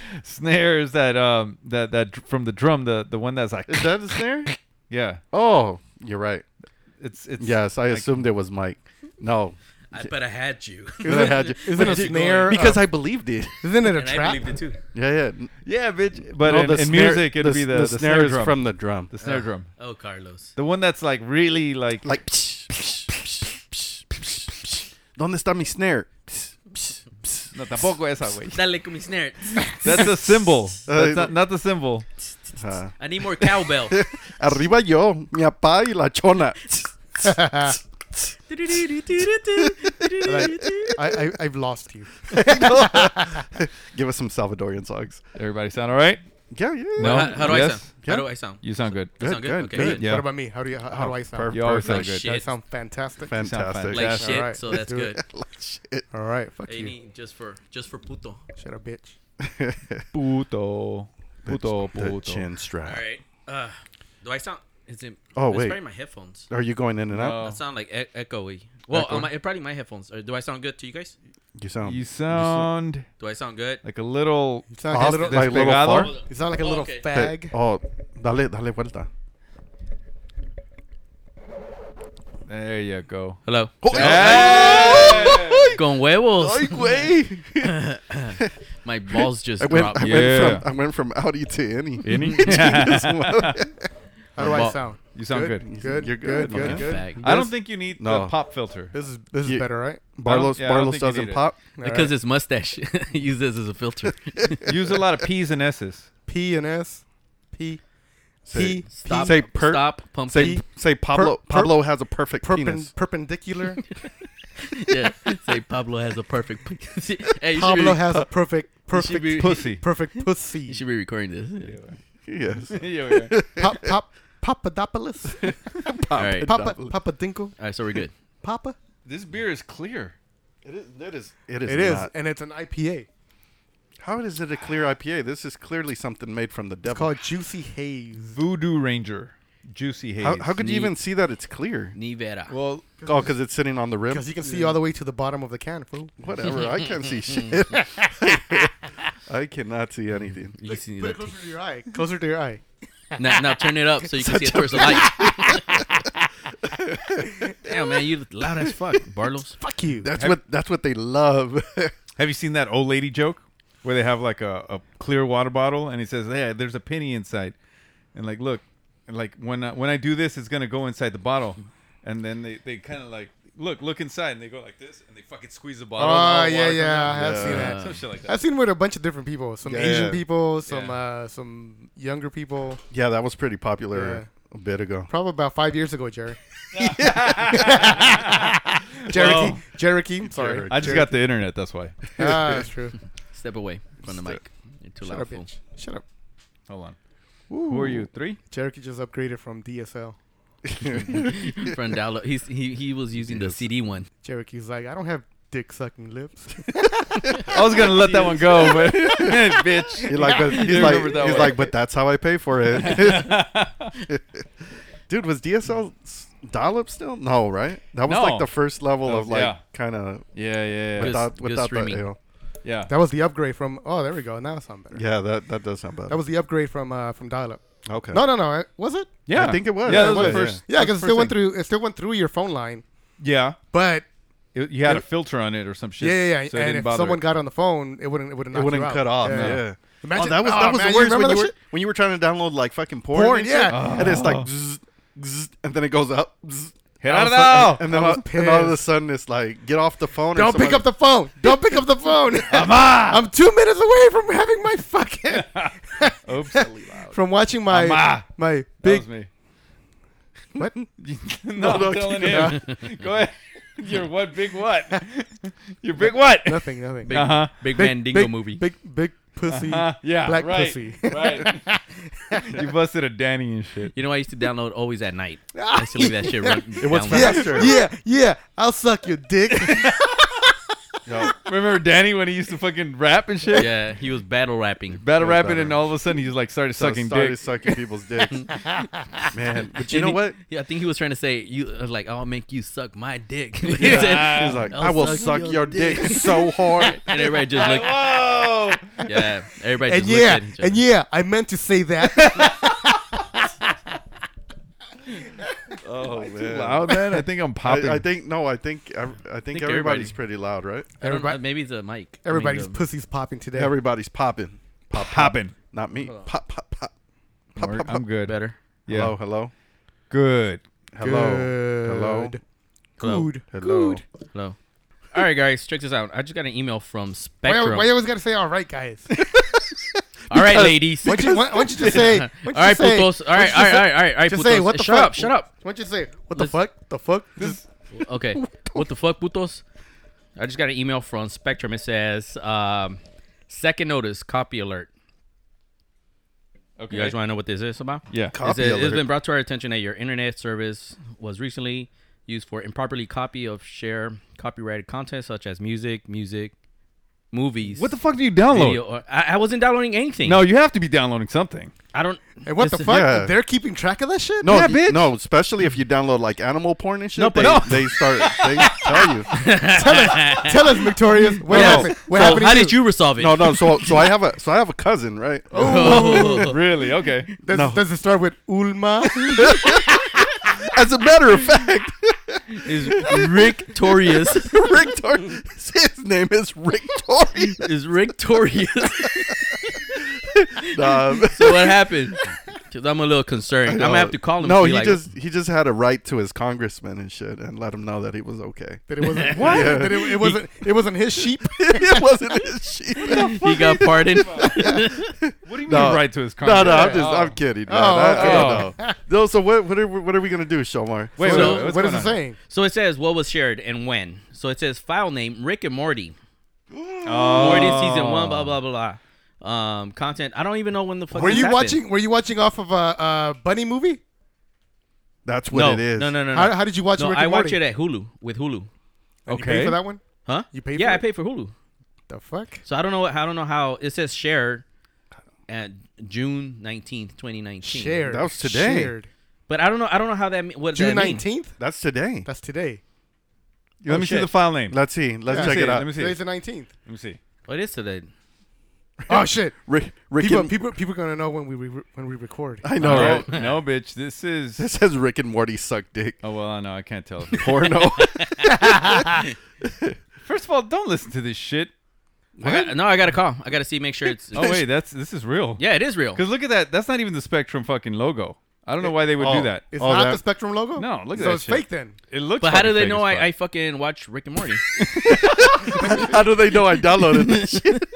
Speaker 6: snare is that um that that dr- from the drum the the one that's like
Speaker 7: Is that a snare?
Speaker 6: yeah.
Speaker 7: Oh, you're right.
Speaker 6: It's it's
Speaker 7: Yes, I assumed it was Mike. No,
Speaker 8: I bet I had you,
Speaker 7: I had you.
Speaker 5: Isn't
Speaker 7: But
Speaker 5: a
Speaker 7: you-
Speaker 5: snare,
Speaker 7: because
Speaker 5: uh,
Speaker 7: I believed it.
Speaker 5: Isn't it a
Speaker 8: and I
Speaker 5: trap?
Speaker 8: believed it too.
Speaker 7: Yeah, yeah.
Speaker 6: yeah, bitch. But
Speaker 7: No,
Speaker 6: in, in
Speaker 7: snare-
Speaker 6: music, it'd be the, the snare,
Speaker 7: snare is
Speaker 6: drum.
Speaker 7: from the drum,
Speaker 6: the snare drum.
Speaker 8: Oh, Carlos.
Speaker 6: The one that's like really like
Speaker 7: like. psh, psh, psh, psh, psh, psh. ¿Dónde está mi snare? Psh, psh, psh.
Speaker 6: no, tampoco esa, güey.
Speaker 8: Dale con mi snare.
Speaker 6: That's a symbol.
Speaker 7: Uh,
Speaker 6: That's not, not the symbol.
Speaker 7: Uh,
Speaker 8: I need more cowbell.
Speaker 7: arriba yo, mi papá y la chona.
Speaker 5: I, I, I've lost you.
Speaker 7: Give us some Salvadorian songs.
Speaker 6: Everybody sound all right?
Speaker 7: Yeah, yeah.
Speaker 6: No.
Speaker 8: how, how do I
Speaker 6: Yes?
Speaker 8: sound? How do I sound?
Speaker 6: You sound good.
Speaker 8: I sound good?
Speaker 7: good,
Speaker 8: okay,
Speaker 7: good.
Speaker 8: good.
Speaker 6: Yeah.
Speaker 5: What about me? How do you? How, how do I sound?
Speaker 6: You always
Speaker 7: Oh, Perfect.
Speaker 6: sound
Speaker 8: Like
Speaker 6: good.
Speaker 5: Do I
Speaker 8: shit.
Speaker 5: sound fantastic?
Speaker 7: Fantastic.
Speaker 8: Like
Speaker 6: That's
Speaker 8: shit,
Speaker 5: alright.
Speaker 8: so
Speaker 5: Let's
Speaker 8: that's
Speaker 5: do it.
Speaker 8: good.
Speaker 7: Like shit.
Speaker 5: All right, fuck
Speaker 8: Hey,
Speaker 5: you.
Speaker 8: need- just for just for puto.
Speaker 5: Shut up, bitch.
Speaker 6: Puto.
Speaker 7: The,
Speaker 6: Puto, puto.
Speaker 7: the chin strap.
Speaker 8: All right. Uh, do I sound? Is it?
Speaker 7: Oh,
Speaker 8: it's
Speaker 7: wait.
Speaker 8: probably my headphones.
Speaker 7: Are you going
Speaker 6: Uh,
Speaker 7: in and out?
Speaker 8: I sound like e- echoey. Well,
Speaker 6: Echoey?
Speaker 8: um, it probably my headphones. Or do I sound good to you guys?
Speaker 7: You sound.
Speaker 6: You sound
Speaker 8: Do I sound good?
Speaker 6: like a little.
Speaker 5: sound like a little-
Speaker 7: like a little
Speaker 6: despegado.
Speaker 7: fart?
Speaker 5: It's not like a
Speaker 8: Oh,
Speaker 5: little
Speaker 8: okay.
Speaker 5: fag.
Speaker 7: Oh, dale, dale vuelta.
Speaker 6: There you go.
Speaker 8: Hello.
Speaker 7: Oh,
Speaker 6: Hey!
Speaker 8: Con huevos.
Speaker 7: güey.
Speaker 8: My balls just
Speaker 7: I went,
Speaker 8: dropped.
Speaker 7: I,
Speaker 6: Yeah.
Speaker 7: went from, I went from Audi to any.
Speaker 6: Any?
Speaker 5: How do I
Speaker 8: Well,
Speaker 5: sound?
Speaker 6: you sound good.
Speaker 5: Good.
Speaker 7: You're
Speaker 5: good.
Speaker 7: good,
Speaker 5: Good.
Speaker 7: man.
Speaker 5: Good.
Speaker 8: Fag.
Speaker 6: I don't think you need the
Speaker 7: No.
Speaker 6: pop filter.
Speaker 5: This is this is
Speaker 7: Yeah.
Speaker 5: better, right?
Speaker 7: Barlos,
Speaker 6: yeah, I don't
Speaker 7: Barlos
Speaker 6: think you need
Speaker 7: doesn't
Speaker 6: it.
Speaker 7: pop.
Speaker 8: Because it's mustache. Use this as a filter.
Speaker 6: Use a lot of P's and S's.
Speaker 5: P and S. P.
Speaker 7: Say-
Speaker 5: P.
Speaker 8: Stop.
Speaker 7: Say per-
Speaker 8: Stop pumping.
Speaker 7: Say say Pablo.
Speaker 5: per-
Speaker 7: Pablo has a perfect
Speaker 5: Perpen-
Speaker 7: penis.
Speaker 5: perpendicular.
Speaker 8: yeah. Say Pablo has a perfect. hey, you should be-
Speaker 5: Pablo has a perfect, perfect,
Speaker 8: be-
Speaker 6: Pussy.
Speaker 5: perfect
Speaker 8: You
Speaker 5: pussy.
Speaker 8: should be recording this.
Speaker 7: Yes.
Speaker 6: Yeah, yeah.
Speaker 5: Pop, pop, Papadopoulos.
Speaker 8: All right.
Speaker 5: Papa, Papa Dinkle.
Speaker 8: All right. So we're good.
Speaker 5: Papa.
Speaker 6: this beer is clear.
Speaker 7: It is. It is. It is.
Speaker 5: It is,
Speaker 7: not.
Speaker 5: and it's an IPA.
Speaker 7: How is it a clear IPA? This is clearly something made from the
Speaker 5: It's
Speaker 7: devil.
Speaker 5: called Juicy Haze.
Speaker 6: Voodoo Ranger, Juicy Haze.
Speaker 7: How, how could you
Speaker 8: neat.
Speaker 7: even see that it's clear?
Speaker 8: Nivera.
Speaker 6: well,
Speaker 7: Oh, because it's sitting on the rim.
Speaker 5: Because you can see all the way to the bottom of the can, fool.
Speaker 7: Whatever. I can't see shit. I cannot see anything.
Speaker 8: you see
Speaker 5: Put it
Speaker 8: that.
Speaker 5: closer to your eye. Closer to your eye.
Speaker 8: Now, now turn it up so you can see it towards the light. Damn, man, you loud as fuck, Bartles.
Speaker 5: Fuck you.
Speaker 7: That's what. That's what they love.
Speaker 6: have you seen that old lady joke where they have like a, a clear water bottle and he says, "Yeah, there's a penny inside," and like, look, and like when I, when I do this, it's gonna go inside the bottle, and then they they kind of like look look inside and they go like this and they fucking squeeze the bottle. and all
Speaker 5: Oh
Speaker 6: the
Speaker 5: yeah,
Speaker 6: water comes
Speaker 5: yeah, I
Speaker 6: out.
Speaker 5: have seen
Speaker 6: Yeah.
Speaker 5: that.
Speaker 6: Some shit like that.
Speaker 5: I've seen it with a bunch of different people. Some
Speaker 7: Yeah.
Speaker 5: Asian people, some
Speaker 6: Yeah.
Speaker 5: uh, some younger people.
Speaker 7: yeah, that was pretty popular a bit ago.
Speaker 5: Probably about five years ago, Jerry. Jericho,
Speaker 6: Well-
Speaker 5: Jericho, sorry.
Speaker 6: I just got the internet. That's why.
Speaker 5: Ah, that's true.
Speaker 8: Step away from the mic. You're too
Speaker 5: Shut
Speaker 8: loud,
Speaker 5: up,
Speaker 8: fool.
Speaker 5: bitch. Shut up.
Speaker 6: Hold on. Who are you? Three?
Speaker 5: Jericho just upgraded from DSL.
Speaker 8: From download, he's, he he was using the CD one.
Speaker 5: Jericho's like, I don't have dick sucking lips.
Speaker 6: I was gonna let that one go, but bitch.
Speaker 7: He's like, but, he's, like,
Speaker 6: remember that
Speaker 7: he's
Speaker 6: one.
Speaker 7: like, but that's how I pay for it. Dude, was DSL s- dial-up still? No, right? That was
Speaker 6: No.
Speaker 7: like the first level
Speaker 6: That
Speaker 7: of
Speaker 6: was-
Speaker 7: like
Speaker 6: yeah.
Speaker 7: kind of
Speaker 6: Yeah, yeah, yeah.
Speaker 8: Good-
Speaker 7: without without
Speaker 8: streaming.
Speaker 7: the AO.
Speaker 6: yeah.
Speaker 5: that was the upgrade from. Oh, there we go. Now it sounds better.
Speaker 7: Yeah, that that does sound bad.
Speaker 5: That was the upgrade from uh, from dial up.
Speaker 7: okay.
Speaker 5: No, no, no. I- Was it?
Speaker 6: yeah,
Speaker 7: I think it was.
Speaker 6: Yeah, that
Speaker 7: It
Speaker 6: was the
Speaker 7: was, yeah.
Speaker 6: first.
Speaker 5: Yeah,
Speaker 6: that
Speaker 5: because
Speaker 6: was
Speaker 5: it
Speaker 6: the
Speaker 5: still went
Speaker 6: first thing.
Speaker 5: through. It still went through your phone line,
Speaker 6: Yeah,
Speaker 5: but
Speaker 6: It- you had a filter on it or some shit.
Speaker 5: yeah, yeah, yeah.
Speaker 6: so it
Speaker 5: and
Speaker 6: didn't
Speaker 5: if
Speaker 6: bother
Speaker 5: someone
Speaker 6: it.
Speaker 5: got on the phone, it wouldn't. It wouldn't.
Speaker 7: It wouldn't cut off. Yeah.
Speaker 5: Imagine-
Speaker 7: oh, that was
Speaker 5: oh,
Speaker 7: that was
Speaker 5: man,
Speaker 7: the
Speaker 5: you
Speaker 7: worst when
Speaker 5: remember
Speaker 7: you
Speaker 5: that
Speaker 7: were
Speaker 5: shit?
Speaker 7: when you were trying to download like fucking porn.
Speaker 5: Porn,
Speaker 7: and
Speaker 5: yeah.
Speaker 7: shit, and it's like, zzz, zzz, and then it goes up. zzz,
Speaker 6: Get out of
Speaker 7: and all a
Speaker 6: there.
Speaker 7: sudden- And then
Speaker 5: I
Speaker 7: all,
Speaker 5: was
Speaker 7: and all of a
Speaker 5: pissed.
Speaker 7: sudden it's like, get off the phone. or
Speaker 5: Don't pick
Speaker 7: someone-
Speaker 5: up the phone. Don't pick up the phone. I'm, two minutes away from having my fucking
Speaker 6: Oops.
Speaker 5: from watching my
Speaker 6: Ama.
Speaker 5: my
Speaker 6: That
Speaker 5: big
Speaker 6: was me.
Speaker 5: what?
Speaker 6: No, I'm
Speaker 7: no,
Speaker 6: telling him. Go ahead. Your what? Big what? Your big what?
Speaker 5: Nothing. Nothing.
Speaker 8: Big,
Speaker 6: Uh huh.
Speaker 8: big,
Speaker 5: Big-
Speaker 8: man dingo
Speaker 5: big-
Speaker 8: movie.
Speaker 5: Big big pussy.
Speaker 6: Uh, yeah.
Speaker 5: black
Speaker 6: right.
Speaker 5: pussy.
Speaker 6: right. You busted a Danny and shit.
Speaker 8: you know, I used to download always at night. I used to leave that shit run. It was
Speaker 5: yeah, yeah, yeah. I'll suck your dick.
Speaker 7: No.
Speaker 6: Remember Danny when he used to fucking rap and shit?
Speaker 8: Yeah, he was battle rapping.
Speaker 6: Battle
Speaker 7: Yeah,
Speaker 6: rapping,
Speaker 7: battle
Speaker 6: and all of a sudden he's like started
Speaker 7: So I
Speaker 6: sucking
Speaker 7: started
Speaker 6: dick.
Speaker 7: sucking people's dicks. Man, but you know
Speaker 8: And he-
Speaker 7: what?
Speaker 8: Yeah, I think he was trying to say you I was like I'll make you suck my dick. He
Speaker 7: Yeah.
Speaker 6: uh,
Speaker 8: said-
Speaker 7: He's like,
Speaker 8: I'll
Speaker 7: I will suck
Speaker 8: suck your
Speaker 7: your dick so hard.
Speaker 8: and everybody just looked.
Speaker 6: Whoa!
Speaker 8: Yeah, everybody
Speaker 5: and
Speaker 8: just looked
Speaker 5: yeah,
Speaker 8: at each other.
Speaker 5: and yeah. I meant to say that.
Speaker 7: Oh man,
Speaker 6: Too loud, man. I think I'm popping.
Speaker 7: I, I think no. I think I, I think, everybody's
Speaker 8: everybody-
Speaker 7: pretty loud, right?
Speaker 8: I don't know,
Speaker 5: everybody-
Speaker 8: maybe it's a mic. I mean,
Speaker 5: Everybody's
Speaker 8: the-
Speaker 5: pussy's popping today.
Speaker 7: Everybody's popping. Pop,
Speaker 6: popping.
Speaker 7: Not me. Pop, pop, pop.
Speaker 6: Mark, I'm good.
Speaker 8: better.
Speaker 6: Yeah.
Speaker 7: Hello, hello,
Speaker 6: Good.
Speaker 7: hello, hello,
Speaker 5: Good.
Speaker 8: Hello.
Speaker 5: Good.
Speaker 7: hello.
Speaker 5: Good.
Speaker 8: Hello. All right, guys, check this out. I just got an email from
Speaker 5: Why,
Speaker 8: Spectrum.
Speaker 5: why you always gotta say all right, guys?
Speaker 8: all right, ladies.
Speaker 5: Why don't you, why, why don't you just say? Why
Speaker 8: all
Speaker 5: don't you
Speaker 8: right,
Speaker 5: just say,
Speaker 8: putos. All
Speaker 5: why don't you
Speaker 8: right, all right,
Speaker 5: just
Speaker 8: all
Speaker 5: say-
Speaker 8: right, all right, all right.
Speaker 5: Just
Speaker 8: putos.
Speaker 5: say what the
Speaker 8: shut
Speaker 5: fuck?
Speaker 8: up, shut up.
Speaker 5: Why don't you say what the
Speaker 8: Let's-
Speaker 5: fuck? The fuck? Just-
Speaker 8: Okay, what the fuck, putos? I just got an email from Spectrum. It says, um, second notice, copy alert.
Speaker 6: Okay.
Speaker 8: You guys want to know what this is about?
Speaker 6: Yeah.
Speaker 8: It
Speaker 7: Copy
Speaker 8: says, it has
Speaker 7: alert.
Speaker 8: been brought to our attention that your internet service was recently used for improperly copy of share copyrighted content such as music, music, movies.
Speaker 6: What the fuck do you download?
Speaker 8: video, or- I, I wasn't downloading anything.
Speaker 6: No, you have to be downloading something.
Speaker 8: I don't.
Speaker 5: And what the
Speaker 8: Listen-
Speaker 5: fuck?
Speaker 7: Yeah.
Speaker 5: They're keeping track of that shit?
Speaker 7: No,
Speaker 6: Yeah,
Speaker 7: d-
Speaker 6: bitch.
Speaker 7: no, especially if you download like animal porn and shit.
Speaker 8: No, but-
Speaker 7: they,
Speaker 8: No.
Speaker 7: they start they tell you.
Speaker 5: Tell us, tell us, Victorious. What
Speaker 7: No.
Speaker 5: happened? What
Speaker 8: So
Speaker 5: happened to
Speaker 8: how did you resolve it?
Speaker 7: No, no. So so I have a so I have a cousin, right?
Speaker 6: Oh. really? Okay.
Speaker 5: Does, does it start with Ulma?
Speaker 7: As a matter of fact,
Speaker 8: is Rick Torius?
Speaker 7: Rick Tor- his name is Rick Torius.
Speaker 8: is Rick Torius?
Speaker 7: Um,
Speaker 8: so what happened? Because I'm a little concerned. I'm gonna have to call him.
Speaker 7: No,
Speaker 8: and be
Speaker 7: he
Speaker 8: like,
Speaker 7: just he just had a right to his congressman and shit, and let him know that he was okay.
Speaker 5: that it wasn't what? That it, it wasn't it wasn't his sheep.
Speaker 7: it wasn't his shit. No,
Speaker 8: he got pardoned.
Speaker 6: What do you mean
Speaker 7: No.
Speaker 6: right to his
Speaker 7: no,
Speaker 6: contract?
Speaker 7: I'm just I'm kidding. No,
Speaker 5: Oh,
Speaker 7: that-
Speaker 5: okay.
Speaker 7: no, no. No, so what what are we, what are we gonna do, Shomar?
Speaker 6: Wait,
Speaker 8: So-
Speaker 6: wait, wait, what's
Speaker 5: what is
Speaker 6: going
Speaker 5: it
Speaker 6: on?
Speaker 5: saying?
Speaker 8: so it says what was shared and when. So it says file name Rick and Morty.
Speaker 6: Oh.
Speaker 8: Morty season one. Blah blah blah. Um, content. I don't even know when the fuck.
Speaker 5: Were
Speaker 8: this
Speaker 5: you
Speaker 8: happened.
Speaker 5: watching? Were you watching off of a uh, bunny movie?
Speaker 7: That's what
Speaker 8: No,
Speaker 7: it is.
Speaker 8: no, no, no, no.
Speaker 5: How, how did you watch
Speaker 8: No,
Speaker 5: Rick
Speaker 8: I
Speaker 5: and
Speaker 8: watch
Speaker 5: Morty?
Speaker 8: it at Hulu with Hulu.
Speaker 5: And you
Speaker 6: Okay.
Speaker 5: paid for that one.
Speaker 8: Huh?
Speaker 5: You paid
Speaker 8: Yeah,
Speaker 5: for
Speaker 8: I
Speaker 5: it?
Speaker 8: paid for Hulu.
Speaker 5: The fuck?
Speaker 8: So I don't know. I don't know how it says share at June nineteenth, twenty nineteen.
Speaker 5: Shared.
Speaker 7: That was today.
Speaker 5: Shared.
Speaker 8: But I don't know. I don't know how that me- what
Speaker 5: June
Speaker 8: that means.
Speaker 5: nineteenth.
Speaker 7: That's today.
Speaker 5: That's today.
Speaker 6: Let me see
Speaker 8: shit.
Speaker 6: the file name. Let
Speaker 7: Let's see. Let's
Speaker 5: Yeah.
Speaker 7: check
Speaker 6: me see
Speaker 7: it
Speaker 6: it.
Speaker 7: out.
Speaker 6: Let me see.
Speaker 5: Today's the
Speaker 6: Let
Speaker 5: nineteenth.
Speaker 6: me see.
Speaker 8: What is today?
Speaker 5: Oh shit!
Speaker 7: Rick, Rick
Speaker 5: People,
Speaker 7: and,
Speaker 5: people, people are gonna know when we re- when we record.
Speaker 7: I know, right?
Speaker 6: No, no, bitch. This is.
Speaker 7: This says Rick and Morty suck dick.
Speaker 6: Oh well, I know. I can't tell.
Speaker 7: Porno.
Speaker 6: First of all, don't listen to this shit.
Speaker 8: I got, no, I got to call. I got to see. Make sure it's.
Speaker 6: Oh wait, that's this is real.
Speaker 8: Yeah, it is real.
Speaker 6: Because look at that. That's not even the Spectrum fucking logo. I don't know why they would do
Speaker 7: Oh,
Speaker 6: that.
Speaker 5: It's
Speaker 7: Oh,
Speaker 5: not
Speaker 7: that-
Speaker 5: the Spectrum logo.
Speaker 6: No, look at
Speaker 5: So
Speaker 6: that
Speaker 5: it's
Speaker 6: shit.
Speaker 5: fake then.
Speaker 6: It looks.
Speaker 8: But how do
Speaker 6: fucking
Speaker 8: they
Speaker 6: fake
Speaker 8: know
Speaker 6: as
Speaker 8: I, I
Speaker 6: fuck.
Speaker 8: fucking watch Rick and Morty?
Speaker 7: How do they know I downloaded this shit?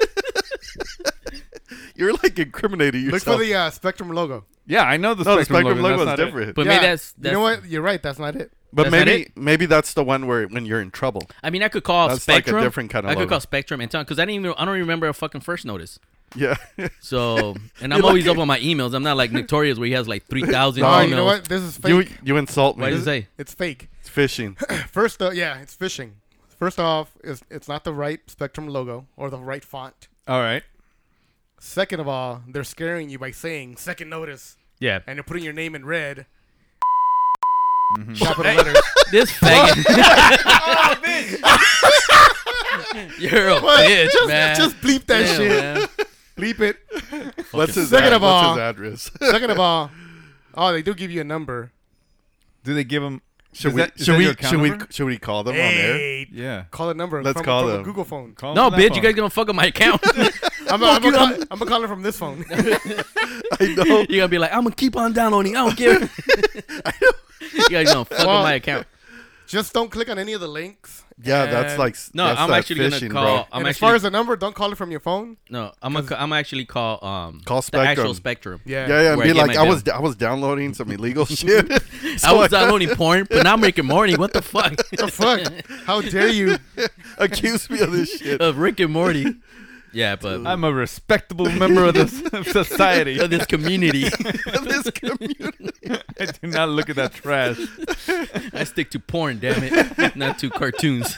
Speaker 7: You're like incriminating
Speaker 5: Look
Speaker 7: yourself.
Speaker 5: for the uh, Spectrum logo.
Speaker 6: Yeah, I know the
Speaker 7: no, the
Speaker 6: Spectrum,
Speaker 7: Spectrum
Speaker 6: logo.
Speaker 7: logo is
Speaker 6: that's not it.
Speaker 7: different.
Speaker 8: But
Speaker 5: Yeah.
Speaker 8: maybe that's,
Speaker 5: you
Speaker 8: that's
Speaker 5: know what? You're right. That's not it.
Speaker 7: But
Speaker 8: That's not
Speaker 7: maybe
Speaker 8: it?
Speaker 7: maybe that's the one where when you're in trouble.
Speaker 8: I mean, I could call
Speaker 7: That's like a
Speaker 8: Spectrum.
Speaker 7: different kind of
Speaker 8: I could
Speaker 7: logo.
Speaker 8: call Spectrum and tell because I didn't even I don't remember a fucking first notice.
Speaker 7: Yeah.
Speaker 8: So and I'm always up on my emails. I'm not like Victoria's where he has like three thousand
Speaker 5: Oh,
Speaker 8: emails.
Speaker 5: you know what? This is fake.
Speaker 7: you you insult me.
Speaker 8: Why does it
Speaker 7: It's
Speaker 8: say?
Speaker 5: it's fake.
Speaker 7: fishing.
Speaker 5: First, uh, yeah, it's phishing. First off, it's, it's not the right Spectrum logo or the right font.
Speaker 6: All right.
Speaker 5: Second of all, they're scaring you by saying second notice,
Speaker 8: Yeah,
Speaker 5: and they're putting your name in red. Capital letters.
Speaker 8: this faggot.
Speaker 5: Oh,
Speaker 8: You're a bitch,
Speaker 5: just,
Speaker 8: man.
Speaker 5: just bleep that
Speaker 8: Damn,
Speaker 5: shit.
Speaker 8: man.
Speaker 5: Bleep it.
Speaker 7: What's his
Speaker 5: Second
Speaker 7: ad-
Speaker 5: of all-
Speaker 7: What's his address?
Speaker 5: Second of all, oh, they do give you a number.
Speaker 6: Do they give them?
Speaker 7: should
Speaker 6: is
Speaker 7: we
Speaker 6: that- is
Speaker 7: should
Speaker 6: that
Speaker 7: we
Speaker 6: your account
Speaker 7: should we
Speaker 6: number?
Speaker 7: should we call them on air?
Speaker 5: Hey,
Speaker 6: Yeah.
Speaker 5: call a number.
Speaker 7: Let's
Speaker 5: from,
Speaker 7: call
Speaker 5: from
Speaker 7: them.
Speaker 5: A Google phone.
Speaker 6: Call 'em
Speaker 8: No,
Speaker 6: from that
Speaker 8: bitch, you guys
Speaker 6: phone.
Speaker 8: gonna fuck up my account. you're
Speaker 5: I'm gonna I'm call, I'm gonna call it from this phone.
Speaker 7: I know.
Speaker 8: gonna be like, I'm gonna keep on downloading. I don't care. you guys gonna fuck
Speaker 5: Well,
Speaker 8: up my account.
Speaker 5: Just don't click on any of the links.
Speaker 7: Yeah, that's
Speaker 5: And-
Speaker 7: like
Speaker 8: No,
Speaker 7: that's
Speaker 8: I'm
Speaker 7: that
Speaker 8: actually
Speaker 7: phishing,
Speaker 8: gonna call.
Speaker 7: Bro.
Speaker 8: I'm
Speaker 5: and
Speaker 8: actually,
Speaker 5: as far as the number, don't call it from your phone.
Speaker 8: no, I'm gonna, I'm actually call um
Speaker 7: Call
Speaker 8: the actual
Speaker 7: Spectrum.
Speaker 8: Spectrum.
Speaker 5: Yeah.
Speaker 7: Yeah, yeah, and
Speaker 8: Where I
Speaker 7: be
Speaker 8: get
Speaker 7: like,
Speaker 8: my
Speaker 7: I was I was downloading some illegal shit.
Speaker 8: I
Speaker 7: So
Speaker 8: was downloading porn, but now I'm making Morty. What the fuck?
Speaker 5: The fuck? How dare you?
Speaker 7: accused me of this shit.
Speaker 8: of Rick and Morty. Yeah, but
Speaker 6: I'm a respectable member of this of society.
Speaker 8: of this community,
Speaker 7: this community.
Speaker 6: I do not look at that trash.
Speaker 8: I stick to porn. Damn it, not to cartoons.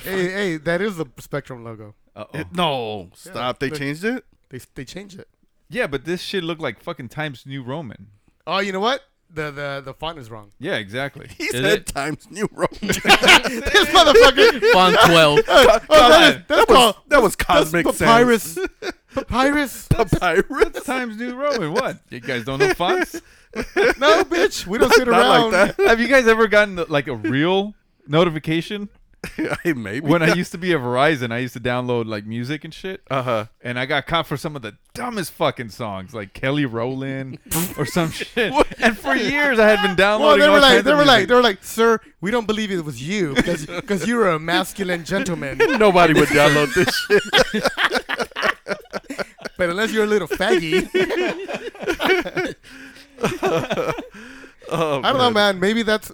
Speaker 5: hey, hey, that is the Spectrum logo.
Speaker 6: Uh-oh.
Speaker 7: No, stop. They
Speaker 5: look.
Speaker 7: changed it.
Speaker 5: They they changed it.
Speaker 6: Yeah, but this shit looked like fucking Times New Roman.
Speaker 5: Oh, you know what? The the the font is wrong.
Speaker 6: Yeah, exactly.
Speaker 7: He
Speaker 8: Is
Speaker 7: said
Speaker 8: it?
Speaker 7: Times New Roman.
Speaker 5: this motherfucker.
Speaker 8: Font twelve.
Speaker 5: Oh, that is,
Speaker 7: that
Speaker 5: that's
Speaker 7: was
Speaker 5: called
Speaker 7: that was cosmic sense.
Speaker 5: papyrus. papyrus.
Speaker 7: Papyrus.
Speaker 6: Times New Roman. What? You guys don't know fonts?
Speaker 5: No, bitch. We don't sit
Speaker 7: Not
Speaker 5: around.
Speaker 7: like
Speaker 6: Have you guys ever gotten like a real notification?
Speaker 7: that. hey, maybe.
Speaker 6: When I used to be at Verizon, I used to download like music and shit.
Speaker 7: uh
Speaker 5: Uh-huh.
Speaker 7: huh.
Speaker 6: and I got caught for some of the dumbest fucking songs, like Kelly Rowland or some shit. and for years, I had been
Speaker 5: Well,
Speaker 6: downloading.
Speaker 5: Oh, they
Speaker 6: all
Speaker 5: were like,
Speaker 6: kinds
Speaker 5: they
Speaker 6: of
Speaker 5: were like,
Speaker 6: music.
Speaker 5: they were like, sir, we don't believe it was you because you were a masculine gentleman.
Speaker 7: Nobody would download this shit.
Speaker 5: But unless you're a little faggy,
Speaker 7: Oh,
Speaker 5: I don't know, man. Maybe that's.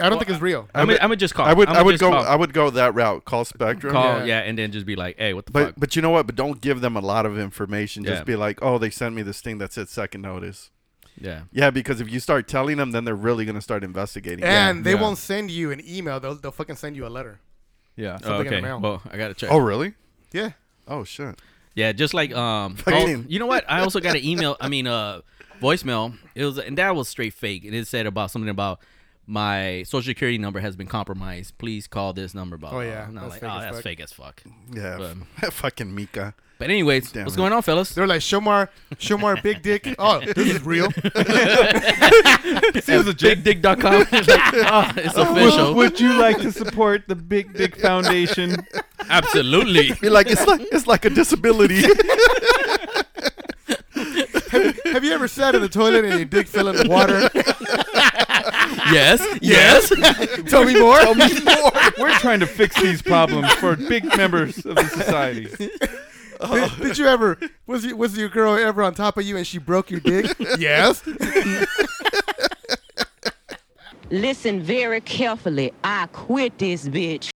Speaker 5: I don't think it's real.
Speaker 8: I'm gonna just call.
Speaker 7: I would.
Speaker 8: I'ma
Speaker 7: I would
Speaker 8: just
Speaker 7: go.
Speaker 8: Call,
Speaker 7: I would go that route. Call Spectrum.
Speaker 8: call yeah. and then just be like, hey, what the
Speaker 7: But
Speaker 8: fuck?
Speaker 7: but you know what? But don't give them a lot of information.
Speaker 8: Yeah.
Speaker 7: Just be like, oh, they sent me this thing that said second notice.
Speaker 8: Yeah.
Speaker 7: Yeah, because if you start telling them, then they're really gonna start investigating.
Speaker 5: and they
Speaker 6: yeah.
Speaker 5: won't send you an email. They'll they'll fucking send you a letter.
Speaker 6: yeah.
Speaker 8: Oh,
Speaker 5: in the
Speaker 8: okay.
Speaker 5: mail.
Speaker 8: Well, I gotta check.
Speaker 7: Oh, really?
Speaker 5: Yeah.
Speaker 7: Oh shit.
Speaker 8: Yeah, just like um.
Speaker 7: Fucking-
Speaker 8: oh, you know what? I also got an email. I mean, uh, voicemail. It was and that was straight fake. And it said about something about my social security number has been compromised. Please call this number. Blah,
Speaker 5: Oh,
Speaker 8: blah,
Speaker 5: yeah,
Speaker 8: blah. And I'm
Speaker 5: that's
Speaker 8: like,
Speaker 5: fake
Speaker 8: oh,
Speaker 5: as
Speaker 8: that's
Speaker 5: fuck."
Speaker 8: fake as fuck.
Speaker 7: Yeah.
Speaker 8: But-
Speaker 7: fucking Mika.
Speaker 8: But anyways,
Speaker 7: Damn it.
Speaker 8: what's going on, fellas?
Speaker 5: They're like Shomar, Shomar, big dick. Oh, this is real.
Speaker 6: It was a joke.
Speaker 8: BigDick.com. it's like, oh, it's official.
Speaker 6: Would, would you like to support the Big Dick Foundation?
Speaker 8: Absolutely.
Speaker 7: You're like it's like it's like a disability.
Speaker 5: Have you ever sat in the toilet and your dick fell in the water?
Speaker 8: yes. Yes.
Speaker 5: Tell me more.
Speaker 6: We're trying to fix these problems for big members of the society.
Speaker 5: did, did you ever was you, was your girl ever on top of you and she broke your dick? yes.
Speaker 12: Listen very carefully. I quit this bitch.